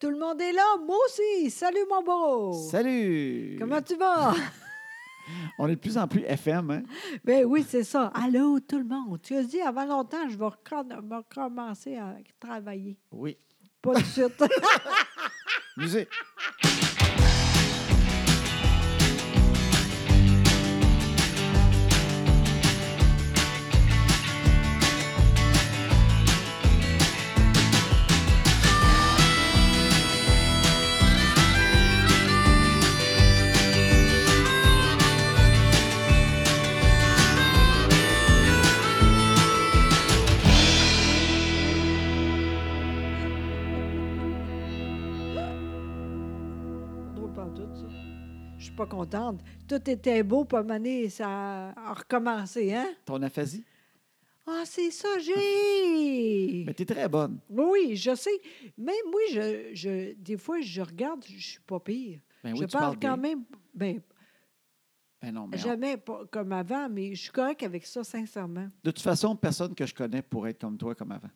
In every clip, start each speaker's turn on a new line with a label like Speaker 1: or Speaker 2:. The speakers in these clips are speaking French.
Speaker 1: Tout le monde est là, moi aussi. Salut, mon beau.
Speaker 2: Salut!
Speaker 1: Comment tu vas?
Speaker 2: On est de plus en plus FM, hein?
Speaker 1: ben oui, c'est ça. Allô, tout le monde. Tu as dit avant longtemps, je vais recon- me recommencer à travailler.
Speaker 2: Oui.
Speaker 1: Pas de suite.
Speaker 2: Musique!
Speaker 1: Drôle pas en tout, ça. Je suis pas contente. Tout était beau, pas mané, ça a recommencé, hein?
Speaker 2: Ton aphasie?
Speaker 1: Ah, c'est ça, j'ai!
Speaker 2: Mais t'es très bonne.
Speaker 1: Oui, je sais. Mais moi, je, je- des fois, je regarde, je suis pas pire.
Speaker 2: Ben oui,
Speaker 1: je
Speaker 2: tu
Speaker 1: parle
Speaker 2: parles
Speaker 1: quand
Speaker 2: bien.
Speaker 1: même, ben,
Speaker 2: Ben non, mais on-
Speaker 1: jamais pas comme avant, mais je suis correcte avec ça, sincèrement.
Speaker 2: De toute façon, personne que je connais pourrait être comme toi comme avant.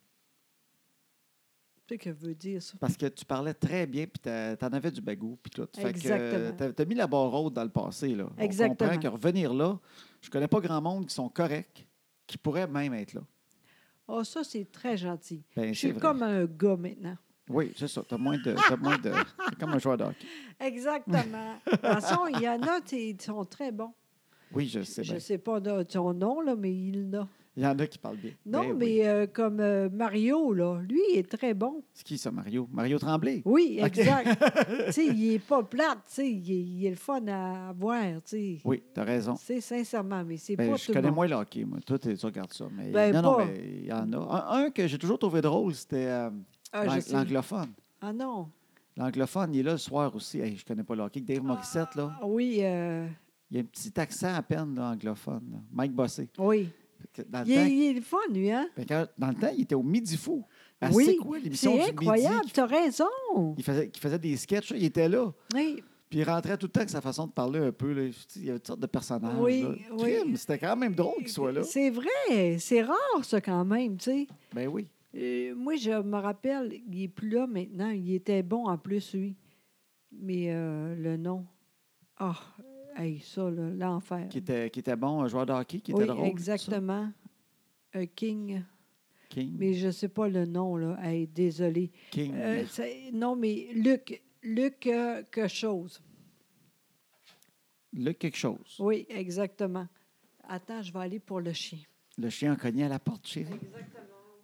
Speaker 1: Tu sais que veut dire ça.
Speaker 2: Parce que tu parlais très bien, puis t'a- t'en avais du bagou, puis tout. Fait que euh,
Speaker 1: Exactement.
Speaker 2: t'as t'as mis la barre haute dans le passé, là.
Speaker 1: Exactement.
Speaker 2: On comprend que revenir là, je connais pas grand monde qui sont corrects, qui pourraient même être là.
Speaker 1: Ah, ça, c'est très gentil.
Speaker 2: Ben,
Speaker 1: je suis
Speaker 2: c'est vrai.
Speaker 1: comme un gars maintenant.
Speaker 2: Oui, c'est ça. T'as moins de... T'as moins de... T'es comme un joueur de hockey.
Speaker 1: Exactement. De toute façon, il y en a, t'es- ils sont très bons.
Speaker 2: Oui, je sais
Speaker 1: Je
Speaker 2: bien.
Speaker 1: ne sais pas de- son nom, là, mais il l'a.
Speaker 2: Il y en a qui parlent bien.
Speaker 1: Non,
Speaker 2: Ben oui.
Speaker 1: mais euh, comme euh, Mario, là, lui, il est très bon.
Speaker 2: C'est qui, ça, Mario? Mario Tremblay?
Speaker 1: Oui,
Speaker 2: OK.
Speaker 1: exact. tu sais, il n'est pas plate, tu sais, il, est- il est le fun à voir, tu sais.
Speaker 2: Oui, t'as raison.
Speaker 1: C'est sincèrement, mais c'est
Speaker 2: Ben,
Speaker 1: pas
Speaker 2: je
Speaker 1: tout le
Speaker 2: connais
Speaker 1: monde.
Speaker 2: moins le hockey, moi. Toi, t'es- tu regardes ça. Mais,
Speaker 1: Ben,
Speaker 2: non, non,
Speaker 1: pas.
Speaker 2: mais il y en a. Un, un que j'ai toujours trouvé drôle, c'était euh,
Speaker 1: Ah,
Speaker 2: l'ang-
Speaker 1: je sais.
Speaker 2: l'anglophone.
Speaker 1: Ah non.
Speaker 2: L'anglophone, il est là le soir aussi. Hey, je connais pas le hockey. Dave Morissette, là,
Speaker 1: Ah Oui, euh,
Speaker 2: il y a un petit accent à peine là, anglophone. là. Mike Bossé.
Speaker 1: oui.
Speaker 2: Que Dans le,
Speaker 1: Il est,
Speaker 2: temps,
Speaker 1: il est le fun, lui, hein?
Speaker 2: ben, quand- dans le temps, il était au Midi Fou. Ah,
Speaker 1: Oui,
Speaker 2: c'est quoi l'émission
Speaker 1: C'est
Speaker 2: du
Speaker 1: incroyable,
Speaker 2: midi?
Speaker 1: tu as raison.
Speaker 2: Il faisait, qui faisait des sketchs, là, il était là.
Speaker 1: Oui,
Speaker 2: Puis il rentrait tout le temps avec sa façon de parler un peu. là. Tu sais, Il y avait toutes sortes de personnages.
Speaker 1: Oui,
Speaker 2: là.
Speaker 1: oui.
Speaker 2: Crime, C'était quand même drôle qu'il soit là.
Speaker 1: C'est vrai, c'est rare, ça, quand même, tu sais.
Speaker 2: Ben oui.
Speaker 1: Euh, moi, je me rappelle, il n'est plus là maintenant. Il était bon en plus, lui. Mais euh, le nom. Ah, hey, ça, là, l'enfer.
Speaker 2: Qui était, qui était bon, un joueur de hockey qui était
Speaker 1: oui,
Speaker 2: drôle. tout ça.
Speaker 1: exactement. Un King.
Speaker 2: King.
Speaker 1: Mais je ne sais pas le nom, là. Hey, désolé. Euh,
Speaker 2: King.
Speaker 1: non, mais Luc. Luc euh, quelque chose.
Speaker 2: Le quelque chose.
Speaker 1: Oui, exactement. Attends, je vais aller pour le chien.
Speaker 2: Le chien a cogné à la porte, chérie.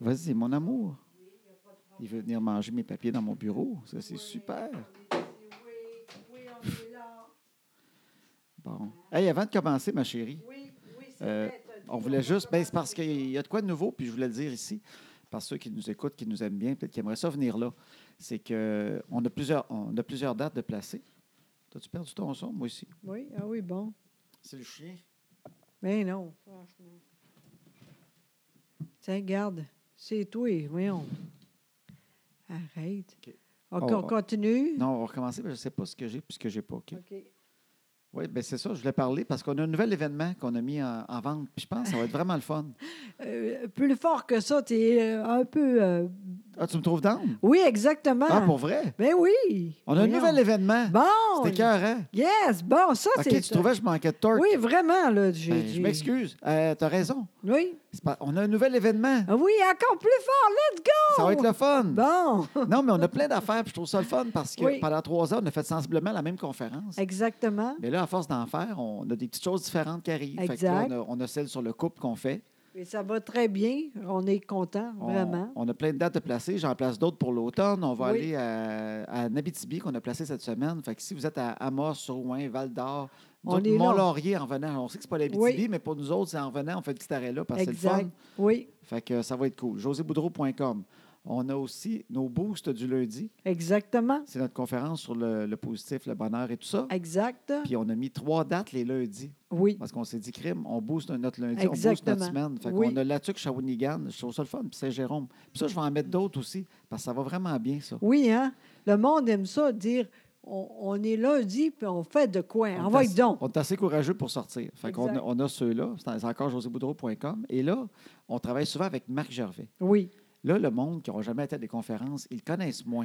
Speaker 2: Vas-y, mon amour. Il veut venir manger mes papiers dans mon bureau. Ça, c'est super.
Speaker 1: Oui, on est là.
Speaker 2: Bon. Hey, avant de commencer, ma chérie,
Speaker 1: Oui, oui, c'est
Speaker 2: Euh,
Speaker 1: vrai, t'as dit
Speaker 2: on voulait juste. Ben, c'est parce
Speaker 1: commencer.
Speaker 2: qu'il y a de quoi de nouveau, puis je voulais le dire ici, par ceux qui nous écoutent, qui nous aiment bien, peut-être qui aimeraient ça venir là. C'est que on a plusieurs, on a plusieurs dates de placer. T'as-tu perdu ton son, moi aussi?
Speaker 1: Oui, ah oui, bon.
Speaker 2: C'est le chien.
Speaker 1: Mais non, franchement. Tiens, regarde, c'est toi, voyons. Arrête.
Speaker 2: OK.
Speaker 1: OK,
Speaker 2: Oh,
Speaker 1: on
Speaker 2: oh.
Speaker 1: continue?
Speaker 2: Non, on va recommencer, mais je ne sais pas ce que j'ai puis ce que j'ai pas. OK?
Speaker 1: OK.
Speaker 2: Oui, bien c'est ça, je voulais parler parce qu'on a un nouvel événement qu'on a mis en, en vente. Puis je pense que ça va être vraiment le fun.
Speaker 1: Euh, plus fort que ça, tu es un peu... euh,
Speaker 2: Ah, tu me trouves down?
Speaker 1: Oui, exactement.
Speaker 2: Ah, pour vrai?
Speaker 1: Ben oui.
Speaker 2: On a un
Speaker 1: Voyons.
Speaker 2: nouvel événement.
Speaker 1: Bon.
Speaker 2: C'était écœurant.
Speaker 1: Yes, bon, ça,
Speaker 2: OK,
Speaker 1: c'est...
Speaker 2: tu trouvais que je manquais de torque.
Speaker 1: Oui, vraiment, là. j'ai-
Speaker 2: Ben, je
Speaker 1: j'ai-
Speaker 2: m'excuse. Euh, T'as raison.
Speaker 1: Oui.
Speaker 2: C'est pas- On a un nouvel événement.
Speaker 1: Ah oui, encore plus fort, let's go!
Speaker 2: Ça va être le fun.
Speaker 1: Oh! Bon,
Speaker 2: Non, mais on a plein d'affaires. puis Je trouve ça le fun parce que
Speaker 1: Oui.
Speaker 2: pendant trois heures, on a fait sensiblement la même conférence.
Speaker 1: exactement.
Speaker 2: Mais là, à force d'en faire, on a des petites choses différentes qui arrivent. Fait que là,
Speaker 1: Exact.
Speaker 2: on, a, on a celle sur le couple qu'on fait.
Speaker 1: Et ça va très bien, on est content,
Speaker 2: On-
Speaker 1: vraiment.
Speaker 2: On a plein de dates de placer. J'en place d'autres pour l'automne. On va
Speaker 1: Oui.
Speaker 2: aller à, à Nabitibi qu'on a placé cette semaine. Fait que si vous êtes à Amos, Rouen, Val d'Or,
Speaker 1: On est là.
Speaker 2: Mont-Laurier en venant. On sait que c'est pas l'Abitibi,
Speaker 1: Oui.
Speaker 2: mais pour nous autres, c'est en venant, on fait un petit arrêt là parce que ben, c'est le
Speaker 1: Exact.
Speaker 2: fun.
Speaker 1: Oui,
Speaker 2: Fait que euh, ça va être cool. joséboudreau.com. On a aussi nos boosts du lundi.
Speaker 1: exactement.
Speaker 2: C'est notre conférence sur le, le positif, le bonheur et tout ça.
Speaker 1: Exact.
Speaker 2: Puis on a mis trois dates les lundis
Speaker 1: Oui,
Speaker 2: parce qu'on s'est dit crime, on booste notre lundi, on booste notre
Speaker 1: Exactement.
Speaker 2: semaine. Fait
Speaker 1: Oui.
Speaker 2: qu'on a Latuc, Shawinigan, je trouve ça le fun, puis Saint-Jérôme. Puis ça, je vais en mettre d'autres aussi, parce que ça va vraiment bien, ça.
Speaker 1: oui, hein? Le monde aime ça, dire on, on est lundi, puis on fait de quoi?
Speaker 2: On est
Speaker 1: Envoie
Speaker 2: assez-
Speaker 1: donc.
Speaker 2: On est assez courageux pour sortir. Fait qu'on a,
Speaker 1: Exact.
Speaker 2: on a ceux-là, c'est c'est encore joséboudreau.com. Et là, on travaille souvent avec Marc Gervais.
Speaker 1: Oui,
Speaker 2: Là, le monde qui n'aura jamais été à des conférences, ils le connaissent moins.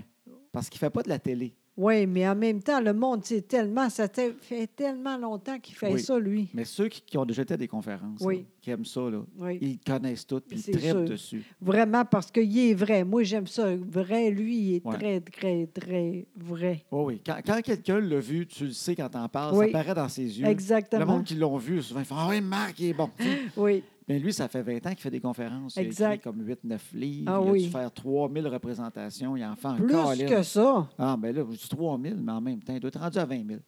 Speaker 2: Parce qu'il ne fait pas de la télé.
Speaker 1: Oui, mais en même temps, le monde, c'est tellement, ça te- fait tellement longtemps qu'il fait
Speaker 2: Oui.
Speaker 1: ça, lui.
Speaker 2: Mais ceux qui, qui ont déjà été à des conférences,
Speaker 1: Oui.
Speaker 2: là, qui aiment ça, là,
Speaker 1: Oui.
Speaker 2: ils connaissent tout, puis
Speaker 1: C'est
Speaker 2: ils trippent
Speaker 1: sûr.
Speaker 2: dessus.
Speaker 1: Vraiment, parce qu'il est vrai. Moi, j'aime ça. Vrai, lui, il est
Speaker 2: Ouais.
Speaker 1: très, très, très vrai.
Speaker 2: Oh Oui, oui. Quand, quand quelqu'un l'a vu, tu le sais quand t'en parles,
Speaker 1: Oui.
Speaker 2: ça paraît dans ses yeux. Le
Speaker 1: Exactement.
Speaker 2: monde qui l'ont vu, souvent, ils font Ah oui, Marc, il est bon. Tu sais,
Speaker 1: Oui,
Speaker 2: Mais lui, ça fait 20 ans qu'il fait des conférences. Il a
Speaker 1: Exact.
Speaker 2: écrit comme 8-9 livres.
Speaker 1: Ah
Speaker 2: il a
Speaker 1: oui.
Speaker 2: dû faire 3000 représentations. Il en fait
Speaker 1: plus
Speaker 2: encore.
Speaker 1: que ça.
Speaker 2: Ah, ben là, je dis 3000, mais en même temps, il doit être rendu à 20 000.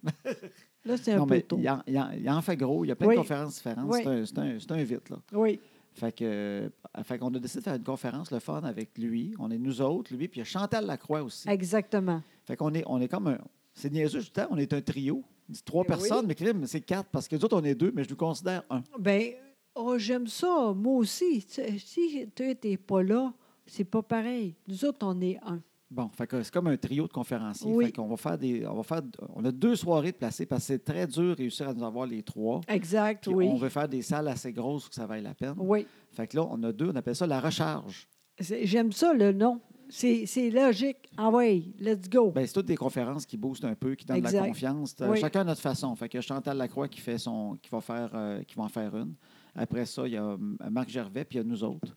Speaker 1: Là, c'est un
Speaker 2: Non,
Speaker 1: peu
Speaker 2: mais
Speaker 1: tôt.
Speaker 2: il en, il en- il en fait gros. Il y a plein
Speaker 1: Oui.
Speaker 2: de conférences différentes.
Speaker 1: Oui.
Speaker 2: C'est un- C'est un, c'est un vite, là.
Speaker 1: Oui,
Speaker 2: Fait que, euh, fait qu'on a décidé de faire une conférence, le fun, avec lui. On est nous autres, lui, puis il y a Chantal Lacroix aussi.
Speaker 1: exactement.
Speaker 2: Fait qu'on est, on est comme un. C'est niaiseux, je dis, on est un trio. C'est Trois
Speaker 1: Eh oui.
Speaker 2: personnes, mais crime, c'est quatre, parce que nous autres, on est deux, mais je nous considère un.
Speaker 1: Ben, oh, j'aime ça. Moi aussi. Tu- Si toi, tu n'es pas là, c'est pas pareil. Nous autres, on est un.
Speaker 2: Bon, fait que c'est comme un trio de conférenciers.
Speaker 1: Oui.
Speaker 2: Fait qu'on va faire des. On va faire. On a deux soirées de placées parce que c'est très dur de réussir à nous avoir les trois.
Speaker 1: Exact,
Speaker 2: Puis
Speaker 1: oui.
Speaker 2: on veut faire des salles assez grosses pour que ça vaille la peine.
Speaker 1: Oui.
Speaker 2: Fait que là, on a deux, on appelle ça la recharge.
Speaker 1: C'est- J'aime ça, le nom. C'est c'est logique. Ah oui, let's go.
Speaker 2: Ben, c'est toutes des conférences qui boostent un peu, qui donnent de la
Speaker 1: Exact.
Speaker 2: confiance. Euh,
Speaker 1: Oui.
Speaker 2: Chacun à notre façon. Fait que Chantal Lacroix qui fait son. qui va faire euh, qui va en faire une. Après ça, il y a euh, Marc Gervais, puis il y a nous autres.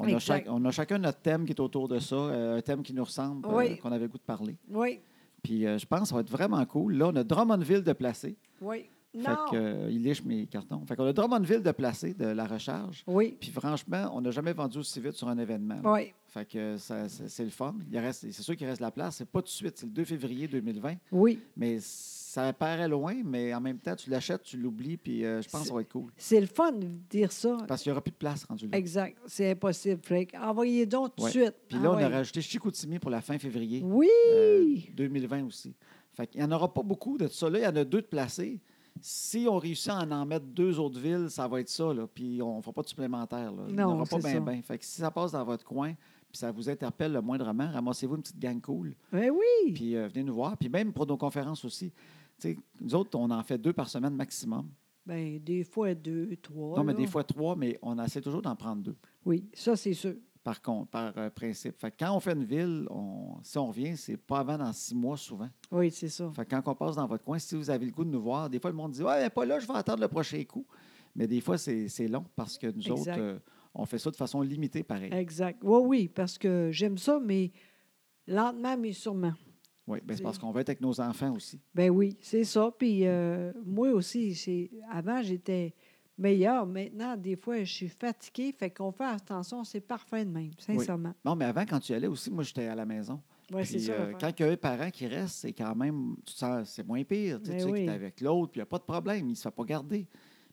Speaker 2: On a,
Speaker 1: Exact.
Speaker 2: chaque- on a chacun notre thème qui est autour de ça, euh, un thème qui nous ressemble, euh,
Speaker 1: Oui.
Speaker 2: qu'on avait le goût de parler.
Speaker 1: Oui,
Speaker 2: Puis euh, je pense que ça va être vraiment cool. Là, on a Drummondville de placé.
Speaker 1: oui.
Speaker 2: Fait
Speaker 1: Non.
Speaker 2: que, euh, il liche mes cartons. Fait qu'on a Drummondville de placé, de la recharge.
Speaker 1: Oui,
Speaker 2: Puis franchement, on n'a jamais vendu aussi vite sur un événement. là.
Speaker 1: oui,
Speaker 2: Fait que euh, ça- ça- c'est le fun. Il reste, c'est sûr qu'il reste de la place. C'est pas tout de suite. C'est le 2 février 2020.
Speaker 1: oui.
Speaker 2: Mais ça paraît loin, mais en même temps, tu l'achètes, tu l'oublies, puis euh, je pense que ça va être cool.
Speaker 1: C'est le fun de dire ça.
Speaker 2: Parce qu'il n'y aura plus de place rendu là.
Speaker 1: Exact. C'est impossible, Frank. Envoyez donc tout de
Speaker 2: Ouais.
Speaker 1: suite.
Speaker 2: Puis là, on a
Speaker 1: Envoyez.
Speaker 2: rajouté Chicoutimi pour la fin février.
Speaker 1: Oui!
Speaker 2: Euh, 2020 aussi. Fait qu'il n'y en aura pas beaucoup de ça. Là, il y en a deux de placés. Si on réussit à en, en mettre deux autres villes, ça va être ça. Là. Puis on ne fera pas de supplémentaire. Là. il n'y en
Speaker 1: Non,
Speaker 2: aura pas
Speaker 1: c'est
Speaker 2: bien,
Speaker 1: ça.
Speaker 2: bien. Fait que si ça passe dans votre coin, puis ça vous interpelle le moindrement, ramassez-vous une petite gang cool.
Speaker 1: Ben oui!
Speaker 2: Puis euh, venez nous voir. Puis même pour nos conférences aussi. Tu sais, nous autres, on en fait deux par semaine maximum.
Speaker 1: Ben, des fois deux, trois.
Speaker 2: non, mais
Speaker 1: là.
Speaker 2: des fois trois, mais on essaie toujours d'en prendre deux.
Speaker 1: Oui, ça, c'est sûr.
Speaker 2: Par contre, par euh, principe. Fait que quand on fait une ville, on- si on revient, c'est pas avant dans six mois souvent.
Speaker 1: Oui, c'est ça.
Speaker 2: Fait que quand on passe dans votre coin, si vous avez le goût de nous voir, des fois, le monde dit Ouais, elle est pas là, je vais attendre le prochain coup. Mais des fois, c'est c'est long parce que nous
Speaker 1: Exact. Euh,
Speaker 2: autres, euh, on fait ça de façon limitée, pareil.
Speaker 1: Exact. Oui, oui, parce que j'aime ça, mais lentement, mais sûrement.
Speaker 2: Oui, ben, c'est
Speaker 1: c'est-
Speaker 2: parce qu'on va être avec nos enfants aussi.
Speaker 1: Ben oui, c'est ça. Puis euh, moi aussi, c'est- avant, j'étais meilleure. Maintenant, des fois, je suis fatiguée. Fait qu'on fait attention, c'est parfait de même, sincèrement.
Speaker 2: Non, mais avant, quand tu y allais aussi, moi, j'étais à la maison.
Speaker 1: Oui, c'est
Speaker 2: Puis,
Speaker 1: ça.
Speaker 2: euh,
Speaker 1: l'affaire.
Speaker 2: quand il y a un parent qui reste, c'est quand même, tu te sens, c'est moins pire. Tu sais,
Speaker 1: Ben
Speaker 2: tu sais qu'il
Speaker 1: oui.
Speaker 2: est avec l'autre, puis il n'y a pas de problème, il ne se fait pas garder.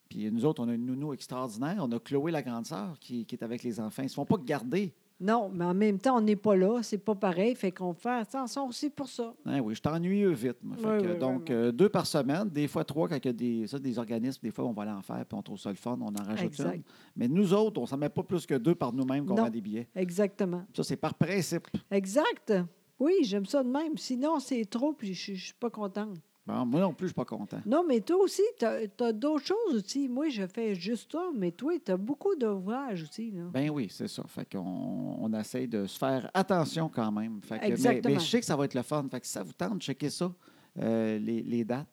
Speaker 2: Puis nous autres, on a une nounou extraordinaire. On a Chloé, la grande sœur, qui, qui est avec les enfants. Ils ne se font pas garder.
Speaker 1: Non, mais en même temps, on n'est pas là, c'est pas pareil, fait qu'on fait attention aussi pour ça.
Speaker 2: Ah oui, je t'ennuie vite. moi. Fait
Speaker 1: Oui,
Speaker 2: que,
Speaker 1: oui,
Speaker 2: donc,
Speaker 1: vraiment.
Speaker 2: euh, deux par semaine, des fois trois quand il y a des, ça, des organismes, des fois on va l'en faire, puis on trouve ça le fun, on en rajoute
Speaker 1: Exact.
Speaker 2: une. Mais nous autres, on ne s'en met pas plus que deux par nous-mêmes qu'on
Speaker 1: Non.
Speaker 2: vend des billets.
Speaker 1: Exactement.
Speaker 2: Ça, c'est par principe.
Speaker 1: Exact. Oui, j'aime ça de même. Sinon, c'est trop, puis je je suis pas contente.
Speaker 2: Bon, moi non plus, je ne suis pas content.
Speaker 1: Non, mais toi aussi, tu as, d'autres choses aussi. Moi, je fais juste ça, mais toi, tu as beaucoup d'ouvrages aussi. Là.
Speaker 2: Ben oui, c'est ça. Fait qu'on on essaye de se faire attention quand même. Fait que- mais- mais,
Speaker 1: Exactement.
Speaker 2: je sais que ça va être le fun. Fait que si ça vous tente, checkez ça, euh, les, les dates.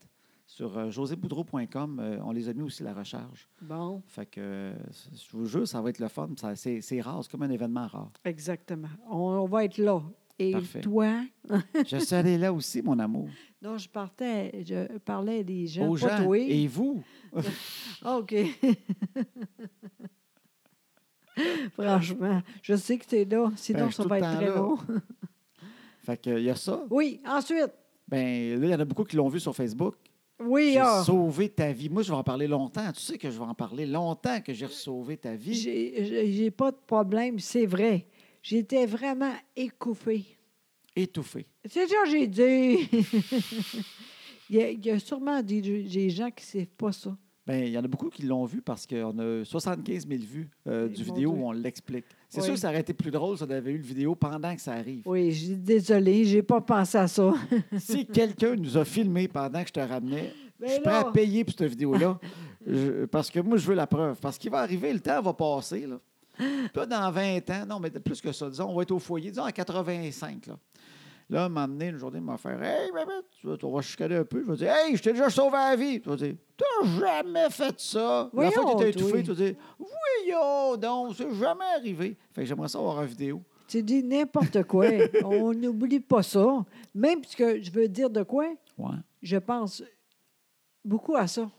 Speaker 2: Sur euh, joséboudreau.com, euh, on les a mis aussi à la recharge.
Speaker 1: Bon,
Speaker 2: Fait que, euh, je vous jure, ça va être le fun. Ça- C'est c'est rare, c'est comme un événement rare.
Speaker 1: exactement. On, on va être là. Et
Speaker 2: Parfait.
Speaker 1: toi?
Speaker 2: Je serai là aussi, mon amour.
Speaker 1: Non, je partais, je parlais des gens.
Speaker 2: Aux
Speaker 1: pas
Speaker 2: gens.
Speaker 1: toi.
Speaker 2: Et vous?
Speaker 1: Ah, OK. Franchement, je sais que tu es là, sinon
Speaker 2: Ben, je suis
Speaker 1: ça
Speaker 2: tout
Speaker 1: va
Speaker 2: le
Speaker 1: être
Speaker 2: temps
Speaker 1: très
Speaker 2: là.
Speaker 1: long.
Speaker 2: Fait que, il y a ça.
Speaker 1: Oui, ensuite.
Speaker 2: Ben, là, il y en a beaucoup qui l'ont vu sur Facebook.
Speaker 1: Oui,
Speaker 2: J'ai
Speaker 1: ah,
Speaker 2: sauvé ta vie. Moi, je vais en parler longtemps. Tu sais que je vais en parler longtemps que j'ai sauvé ta vie.
Speaker 1: j'ai j'ai- j'ai pas de problème, c'est vrai. J'étais vraiment écouffée.
Speaker 2: Étouffé.
Speaker 1: C'est ça, j'ai dit. il, y a, il y a sûrement des, des gens qui ne savent pas ça.
Speaker 2: Ben, il y en a beaucoup qui l'ont vu parce qu'on a 75 000 vues euh,
Speaker 1: Eh,
Speaker 2: du
Speaker 1: mon
Speaker 2: vidéo
Speaker 1: Dieu.
Speaker 2: où on l'explique. C'est
Speaker 1: Oui.
Speaker 2: sûr que ça aurait été plus drôle si on avait eu le vidéo pendant que ça arrive.
Speaker 1: Oui, je suis désolée, j'ai pas pensé à ça.
Speaker 2: si quelqu'un nous a filmé pendant que je te ramenais,
Speaker 1: Ben
Speaker 2: je suis prêt à
Speaker 1: là.
Speaker 2: payer pour cette vidéo-là. Je- parce que moi, je veux la preuve. Parce qu'il va arriver, le temps va passer. Là. Puis là, dans 20 ans, non, mais plus que ça, disons, on va être au foyer, disons, à 85. Là, Là, un moment donné, une journée, il m'a fait Hey, Babette, tu vas- tu vas chicaner un peu. Je vais dire Hey, je t'ai déjà sauvé la vie. Tu vas dire T'as jamais fait ça. la fois que
Speaker 1: Voyons,
Speaker 2: t'es étouffé,
Speaker 1: toi.
Speaker 2: tu vas dire Voyons donc, c'est jamais arrivé. Fait que j'aimerais ça avoir une vidéo.
Speaker 1: Tu dis n'importe quoi. On n'oublie pas ça. Même parce que je veux dire de quoi,
Speaker 2: Ouais,
Speaker 1: je pense beaucoup à ça.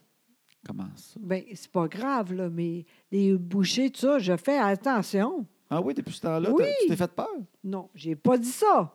Speaker 2: comment ça?
Speaker 1: Ben, c'est pas grave, là, mais les bouchées, tout ça, je fais attention.
Speaker 2: Ah oui, depuis ce temps-là,
Speaker 1: Oui.
Speaker 2: t'as- tu t'es fait peur.
Speaker 1: Non, j'ai pas dit ça.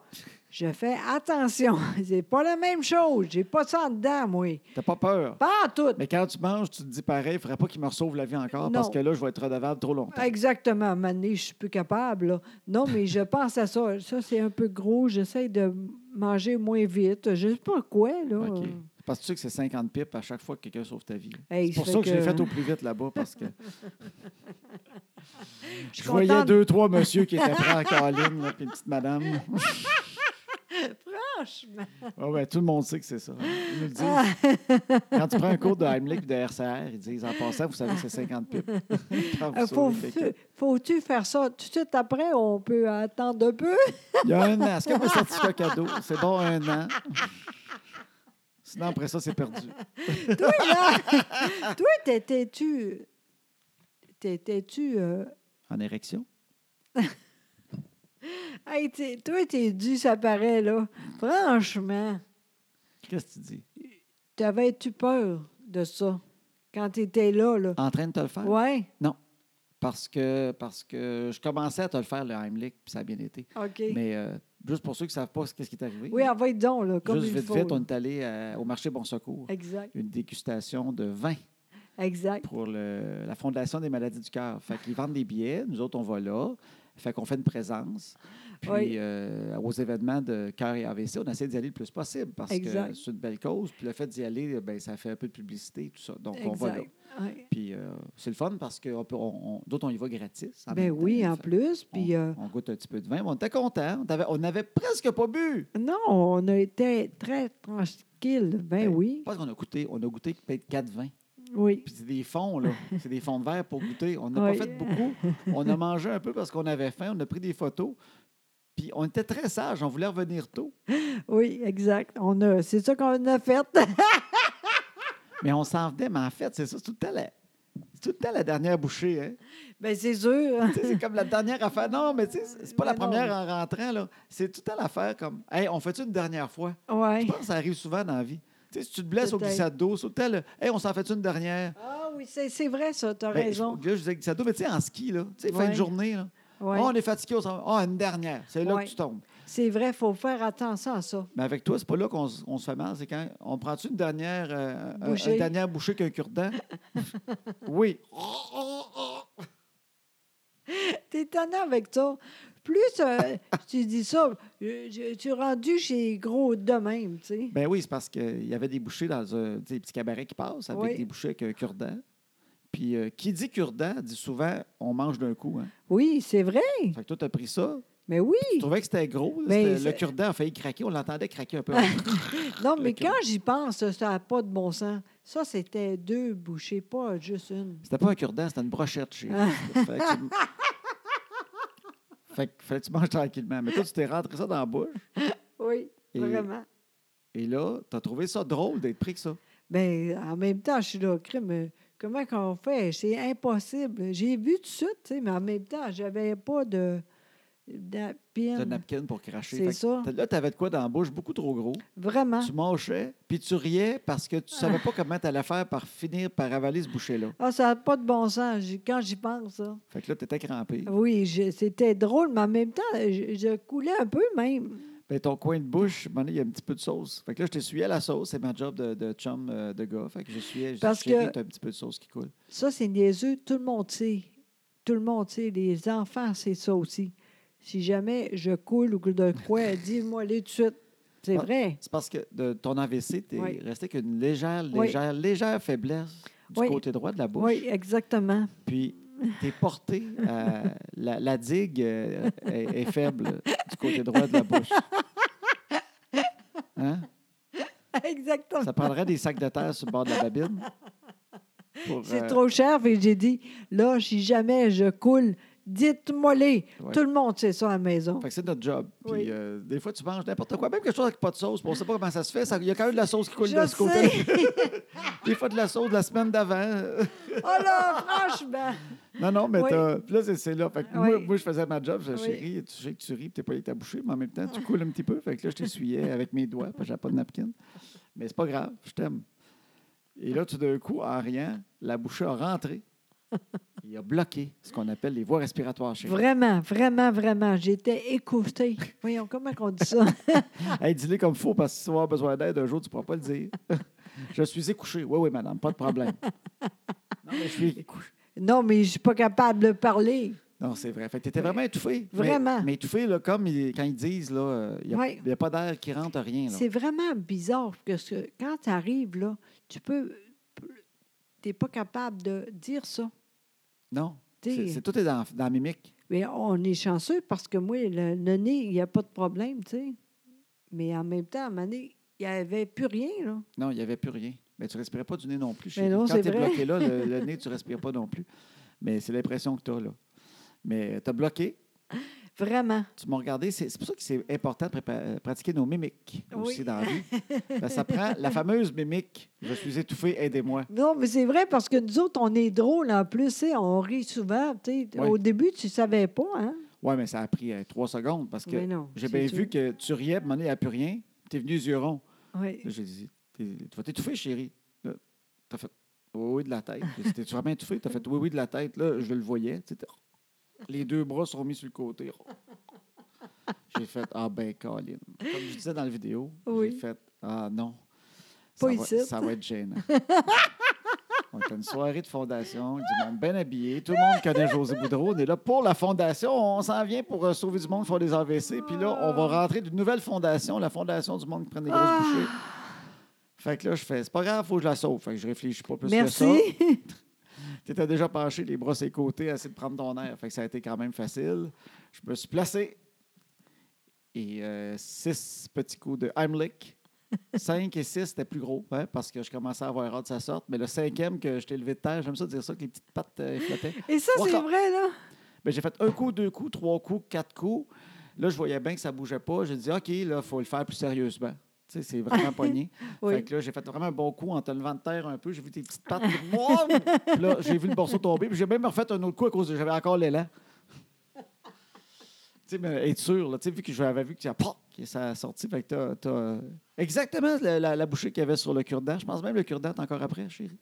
Speaker 1: Je fais attention. C'est pas la même chose. J'ai pas ça dedans, moi.
Speaker 2: T'as pas peur.
Speaker 1: Pas en tout.
Speaker 2: Mais quand tu manges, tu te dis pareil, il faudrait pas qu'il me sauve la vie encore parce
Speaker 1: Non.
Speaker 2: que là, je vais être redevable trop longtemps.
Speaker 1: Exactement. À un moment donné, je suis plus capable. là. Non, mais je pense à ça. Ça, c'est un peu gros. J'essaie de manger moins vite. Je sais pas quoi, là.
Speaker 2: OK. Parce que tu sais que c'est 50 pipes à chaque fois que quelqu'un sauve ta vie.
Speaker 1: Hey,
Speaker 2: c'est pour
Speaker 1: fait
Speaker 2: ça que, je l'ai
Speaker 1: que-
Speaker 2: fait au plus vite là-bas parce que
Speaker 1: Je
Speaker 2: je
Speaker 1: suis
Speaker 2: voyais
Speaker 1: contente.
Speaker 2: deux, trois monsieur qui étaient prêts à Caroline, là, puis une petite madame.
Speaker 1: Franchement.
Speaker 2: Ah ouais, tout le monde sait que c'est ça. Ils nous le disent.
Speaker 1: Ah,
Speaker 2: Quand tu prends un cours de Heimlich ou de RCR, ils disent en passant, vous savez, c'est 50 pipes. Quand vous
Speaker 1: euh, faut-
Speaker 2: sauvez quelqu'un.
Speaker 1: Faut-tu faire ça tout de suite après? ou On peut attendre un peu?
Speaker 2: Il y a un an, c'est comme un certificat cadeau. C'est bon un an. Sinon, après ça, c'est perdu.
Speaker 1: Toi, là, toi, t'étais-tu... T'étais-tu... euh,
Speaker 2: En érection?
Speaker 1: Hey, t'es- toi, t'es dû, ça paraît, là. Franchement,
Speaker 2: Qu'est-ce que tu dis?
Speaker 1: t'avais-tu peur de ça quand t'étais là, là?
Speaker 2: En train de te le faire?
Speaker 1: Ouais,
Speaker 2: Parce que, parce que je commençais à te le faire, le Heimlich, puis ça a bien été.
Speaker 1: OK.
Speaker 2: Mais euh, juste pour ceux qui ne savent pas ce qu'est-ce qui est arrivé,
Speaker 1: Oui, envoie donc, là, comme
Speaker 2: juste
Speaker 1: il
Speaker 2: vite,
Speaker 1: faut.
Speaker 2: vite,
Speaker 1: là.
Speaker 2: on est allé à- au marché Bon Secours.
Speaker 1: Exact,
Speaker 2: Une dégustation de vin
Speaker 1: exact.
Speaker 2: pour le- la Fondation des maladies du cœur. Fait qu'ils vendent des billets, nous autres, on va là. Fait qu'on fait une présence. Puis
Speaker 1: Oui.
Speaker 2: euh, aux événements de cœur et AVC, on essaie d'y aller le plus possible parce que
Speaker 1: Exact.
Speaker 2: c'est une belle cause. Puis le fait d'y aller, ben, ça fait un peu de publicité, tout ça. Donc, on va là.
Speaker 1: Exact. Ouais.
Speaker 2: Puis euh, c'est le fun parce que on peut- on- on- d'autres, on y va gratis. en
Speaker 1: Ben
Speaker 2: même temps.
Speaker 1: oui, en
Speaker 2: Fait-
Speaker 1: plus, puis...
Speaker 2: on,
Speaker 1: euh,
Speaker 2: on goûte un petit peu de vin, mais on était contents. On avait- On n'avait presque pas bu.
Speaker 1: Non, on a été très tranquille. Ben
Speaker 2: Ben,
Speaker 1: oui.
Speaker 2: Parce qu'on a goûté, on a goûté peut-être quatre vins.
Speaker 1: Oui.
Speaker 2: Puis c'est des fonds, là. C'est des fonds de verre pour goûter. On n'a
Speaker 1: Oui.
Speaker 2: pas fait beaucoup. On a mangé un peu parce qu'on avait faim. On a pris des photos. Puis on était très sages. On voulait revenir tôt.
Speaker 1: Oui, exact. On a, c'est ça qu'on a fait.
Speaker 2: Mais on s'en venait. Mais en fait, c'est ça. C'est tout le temps la, c'est tout le temps la dernière bouchée. Hein?
Speaker 1: ben c'est sûr.
Speaker 2: Tu sais, c'est comme la dernière affaire. Non, mais tu sais, c'est pas la
Speaker 1: Ben non.
Speaker 2: première en rentrant. là. C'est tout le temps l'affaire comme Hey, on fait une dernière fois? Je
Speaker 1: Ouais.
Speaker 2: pense que ça arrive souvent dans la vie. Tu sais, si tu te blesses au
Speaker 1: Peut-être.
Speaker 2: glissade d'eau, c'est tout le temps le, Hey, on s'en fait une dernière?
Speaker 1: Ah oui, c'est, c'est vrai ça, t'as
Speaker 2: Ben, je-
Speaker 1: raison.
Speaker 2: Là, je disais que ça doit, mais tu sais, en ski, là, tu sais, fin de
Speaker 1: Ouais.
Speaker 2: journée, là.
Speaker 1: Ouais.
Speaker 2: Ah, on est fatigué, on s'en va. Ah, une dernière. C'est là
Speaker 1: Ouais.
Speaker 2: que tu tombes.
Speaker 1: C'est vrai, faut faire attention à ça.
Speaker 2: Mais avec toi, c'est pas là qu'on s- on se fait mal. C'est quand on prend-tu une dernière, euh, un-
Speaker 1: Bouchée.
Speaker 2: une dernière bouchée qu'un cure-dent? oui.
Speaker 1: T'es étonnant avec ça. Plus euh, tu dis ça, je- je- tu es rendu chez gros de même, tu sais.
Speaker 2: Ben oui, c'est parce qu'il y avait des bouchées dans un, tu sais, des petits cabarets qui passent avec
Speaker 1: Oui.
Speaker 2: des bouchées avec un cure-dent. Puis euh, qui dit cure-dent dit souvent on mange d'un coup. Hein.
Speaker 1: Oui, c'est vrai.
Speaker 2: Fait que toi, t'as pris ça.
Speaker 1: Mais oui.
Speaker 2: Tu trouvais que c'était gros.
Speaker 1: Ben,
Speaker 2: là,
Speaker 1: Ah.
Speaker 2: c'était- le
Speaker 1: c'est-
Speaker 2: cure-dent a failli craquer. On l'entendait craquer un peu.
Speaker 1: Non, mais
Speaker 2: lequel?
Speaker 1: quand j'y pense, ça n'a pas de bon sens. Ça, c'était deux bouchées, pas juste une.
Speaker 2: C'était pas un cure-dent, c'était une brochette chez
Speaker 1: Ah.
Speaker 2: nous. Fait que tu- Fait que fallait que tu manges tranquillement. Mais toi, tu t'es rentré ça dans la bouche.
Speaker 1: Oui,
Speaker 2: Et-
Speaker 1: vraiment.
Speaker 2: Et là, t'as trouvé ça drôle d'être pris que ça.
Speaker 1: Ben, en même temps, je suis là, crime. euh, Comment qu'on fait? C'est impossible. J'ai vu tout de suite, tu sais, mais en même temps, j'avais pas de.
Speaker 2: T'as un
Speaker 1: d'apine.
Speaker 2: napkin pour cracher.
Speaker 1: C'est
Speaker 2: Fait que
Speaker 1: ça. Ah.
Speaker 2: t'as- Là, t'avais de quoi dans la bouche? Beaucoup trop gros.
Speaker 1: Vraiment.
Speaker 2: Tu mangeais, puis tu riais parce que tu savais pas comment t'allais faire par finir par avaler ce boucher-là.
Speaker 1: Ah, ça n'a pas de bon sens j'ai- quand j'y pense. ça.
Speaker 2: Fait que là, t'étais crampé.
Speaker 1: Oui, je- c'était drôle, mais en même temps, je, je coulais un peu même.
Speaker 2: Ben, ton coin de bouche, à un moment donné, il y a un petit peu de sauce. Fait que là, je t'essuyais la sauce. C'est ma job de, de chum euh, de gars. Fait que je suis je
Speaker 1: Parce
Speaker 2: dis, Chérie,
Speaker 1: que-
Speaker 2: t'as un petit peu de sauce qui coule.
Speaker 1: Ça, c'est niaiseux. Tout le monde sait. Tout le monde sait. Les enfants, c'est ça aussi. Si jamais je coule ou que de quoi, dis-moi les tout de suite. C'est
Speaker 2: Ah.
Speaker 1: vrai.
Speaker 2: C'est parce que de ton AVC, tu es
Speaker 1: Oui.
Speaker 2: resté qu'une légère,
Speaker 1: Oui.
Speaker 2: légère, légère faiblesse du
Speaker 1: Oui.
Speaker 2: côté droit de la bouche.
Speaker 1: Oui, exactement.
Speaker 2: Puis, tu es porté. à- la, la digue euh, est, est faible du côté droit de la bouche. Hein?
Speaker 1: Exactement.
Speaker 2: Ça prendrait des sacs de terre sur le bord de la babine. pour,
Speaker 1: C'est
Speaker 2: euh,
Speaker 1: trop cher. Fait que j'ai dit, là, si jamais je coule, dites-moi-les.
Speaker 2: Ouais.
Speaker 1: Tout le monde sait ça à la maison.
Speaker 2: Fait que c'est notre job. Puis
Speaker 1: Oui.
Speaker 2: euh, des fois, tu manges n'importe quoi. Même quelque chose avec pas de sauce. puis On ne sait pas comment ça se fait. ça- Il y a quand même de la sauce qui coule de
Speaker 1: Je
Speaker 2: ce côté.
Speaker 1: sais.
Speaker 2: Des fois, de la sauce de la semaine d'avant.
Speaker 1: oh là, franchement.
Speaker 2: Non, non, mais
Speaker 1: Oui.
Speaker 2: t'as- puis là, c'est- c'est là. Fait que moi,
Speaker 1: Oui.
Speaker 2: moi, je faisais ma job. Je
Speaker 1: Oui.
Speaker 2: disais, chérie, tu sais que tu ris, puis t'es pas allé t'aboucher, mais en même temps, tu coules un petit peu. Fait que là, je t'essuyais avec mes doigts, parce que j'avais pas de napkin. Mais c'est pas grave, je t'aime. Et là, tout d'un coup, en riant, la bouchée a rentré. Il a bloqué ce qu'on appelle les voies respiratoires chez lui.
Speaker 1: Vraiment, vraiment, vraiment. J'étais écoutée. Voyons, comment on dit ça?
Speaker 2: Hey, dis-le comme il faut, parce que si tu vas avoir besoin d'aide un jour, tu pourras pas le dire. je suis écouché. Oui, oui, madame, pas de problème. Non, mais je suis écouché.
Speaker 1: non, mais je suis pas capable de parler.
Speaker 2: Non, c'est vrai. Fait que t'étais vraiment étouffé. Mais-
Speaker 1: Vraiment.
Speaker 2: Mais, étouffé, là, comme ils- quand ils disent, là, euh, il n'y a,
Speaker 1: Ouais.
Speaker 2: il y a pas d'air qui rentre, rien. Là.
Speaker 1: C'est vraiment bizarre que ce- quand tu arrives, là, tu peux. Tu n'es pas capable de dire ça.
Speaker 2: Non.
Speaker 1: T'sais.
Speaker 2: C'est c'est- tout est dans, dans la mimique.
Speaker 1: Mais on est chanceux parce que moi, le, le nez, il n'y a pas de problème, tu sais. Mais en même temps, à un moment donné, il n'y avait plus rien, là.
Speaker 2: Non, il n'y avait plus rien. Mais tu ne respirais pas du nez non plus.
Speaker 1: Mais
Speaker 2: chérie.
Speaker 1: non,
Speaker 2: quand
Speaker 1: c'est
Speaker 2: tu es
Speaker 1: vrai.
Speaker 2: bloqué là, le, le nez, tu ne respires pas non plus. Mais c'est l'impression que tu as là. Mais tu as bloqué.
Speaker 1: Vraiment.
Speaker 2: Tu m'as regardé. C'est c'est pour ça que c'est important de prépa- euh, pratiquer nos mimiques aussi
Speaker 1: Oui.
Speaker 2: dans la vie. Ben, ça prend la fameuse mimique. Je suis étouffé, aidez-moi.
Speaker 1: Non, mais c'est vrai parce que nous autres, on est drôles en plus, tu sais, on rit souvent. tu sais.
Speaker 2: Ouais.
Speaker 1: Au début, tu ne savais pas, hein?
Speaker 2: Oui, mais ça a pris euh, trois secondes parce
Speaker 1: Mais
Speaker 2: que
Speaker 1: non.
Speaker 2: j'ai
Speaker 1: c'est
Speaker 2: bien
Speaker 1: sûr.
Speaker 2: vu que tu riais, puis à un moment donné, il n'y a plus rien. Tu es venu les yeux ronds.
Speaker 1: Oui.
Speaker 2: Là, j'ai dit, T'es- tu vas t'étouffer, chérie. Là, T'as fait oui, oui de la tête. J'ai dit, T'es-tu vraiment étouffé? T'as fait oui, oui de la tête. Là, je le voyais. Tu sais, t'es- Les deux bras sont mis sur le côté. J'ai fait Ah ben, Colin. Comme je disais dans la vidéo,
Speaker 1: Oui.
Speaker 2: j'ai fait Ah non.
Speaker 1: Pas
Speaker 2: ça, va,
Speaker 1: ici.
Speaker 2: ça va être gênant. On est à une soirée de fondation, du monde bien habillé. Tout le monde connaît José Boudreau. On est là pour la fondation. On s'en vient pour euh, sauver du monde, faire des AVC. Puis là, on va rentrer d'une nouvelle fondation, la fondation du monde qui prend des grosses
Speaker 1: Ah!
Speaker 2: bouchées. Fait que là, je fais, c'est pas grave, faut que je la sauve. Fait que je réfléchis pas plus que ça.
Speaker 1: Merci.
Speaker 2: T'étais déjà penché, les bras sur les côtés, à essayer de prendre ton air. Fait que ça a été quand même facile. Je me suis placé. Et euh, six petits coups de Heimlich. Cinq et six, c'était plus gros, hein, parce que je commençais à avoir hâte de sa sorte. Mais le cinquième, que je t'ai levé de terre, j'aime ça dire ça, que les petites pattes euh, flottaient.
Speaker 1: Et ça, c'est
Speaker 2: Encore.
Speaker 1: vrai, là.
Speaker 2: Ben, j'ai fait un coup, deux coups, trois coups, quatre coups. Là, je voyais bien que ça bougeait pas. J'ai dit, OK, là, faut le faire plus sérieusement. Tu sais, c'est vraiment pogné.
Speaker 1: Oui.
Speaker 2: Fait que là, j'ai fait vraiment un bon coup en te levant de terre un peu. J'ai vu tes petites pattes. Boum! Puis là, j'ai vu le morceau tomber. Puis j'ai même refait un autre coup à cause de j'avais encore l'élan. Tu sais, mais être sûr, là, tu sais, vu que j'avais vu que ça, poc, que ça a sorti, fait que t'as- t'as, euh, exactement la, la- la bouchée qu'il y avait sur le cure-dent. Je pense même le cure-dent est encore après, chérie.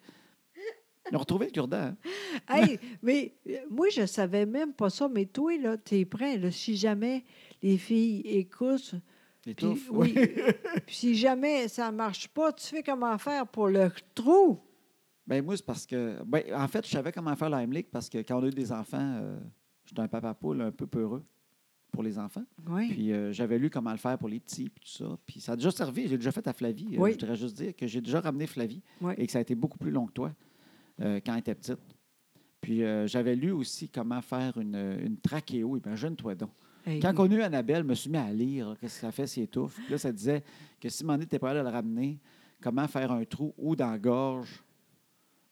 Speaker 2: Ils ont retrouvé le cure-dent. hein?
Speaker 1: Hey, mais euh, moi, je savais même pas ça, mais toi, là, t'es prêt, là, si jamais les filles écoutent,
Speaker 2: Les
Speaker 1: puis
Speaker 2: touffes.
Speaker 1: oui, euh, puis si jamais ça marche pas, tu fais comment faire pour le trou?
Speaker 2: Ben moi, c'est parce que. Ben, en fait, je savais comment faire la Heimlich parce que quand on a eu des enfants, euh, j'étais un papa poule un peu peureux pour les enfants.
Speaker 1: Oui.
Speaker 2: Puis euh, j'avais lu comment le faire pour les petits, puis tout ça. Puis ça a déjà servi. J'ai déjà fait à Flavie. Euh,
Speaker 1: Oui.
Speaker 2: Je voudrais juste dire que j'ai déjà ramené Flavie
Speaker 1: Oui.
Speaker 2: et que ça a été beaucoup plus long que toi euh, quand elle était petite. Puis euh, j'avais lu aussi comment faire une, une trachéo. Imagine-toi donc.
Speaker 1: Hey,
Speaker 2: Quand on a eu Annabelle, je me suis mis à lire là, qu'est-ce que ça fait s'il étouffe. Puis là, ça disait que si Mandy n'était pas allé le ramener, comment faire un trou ou dans la gorge,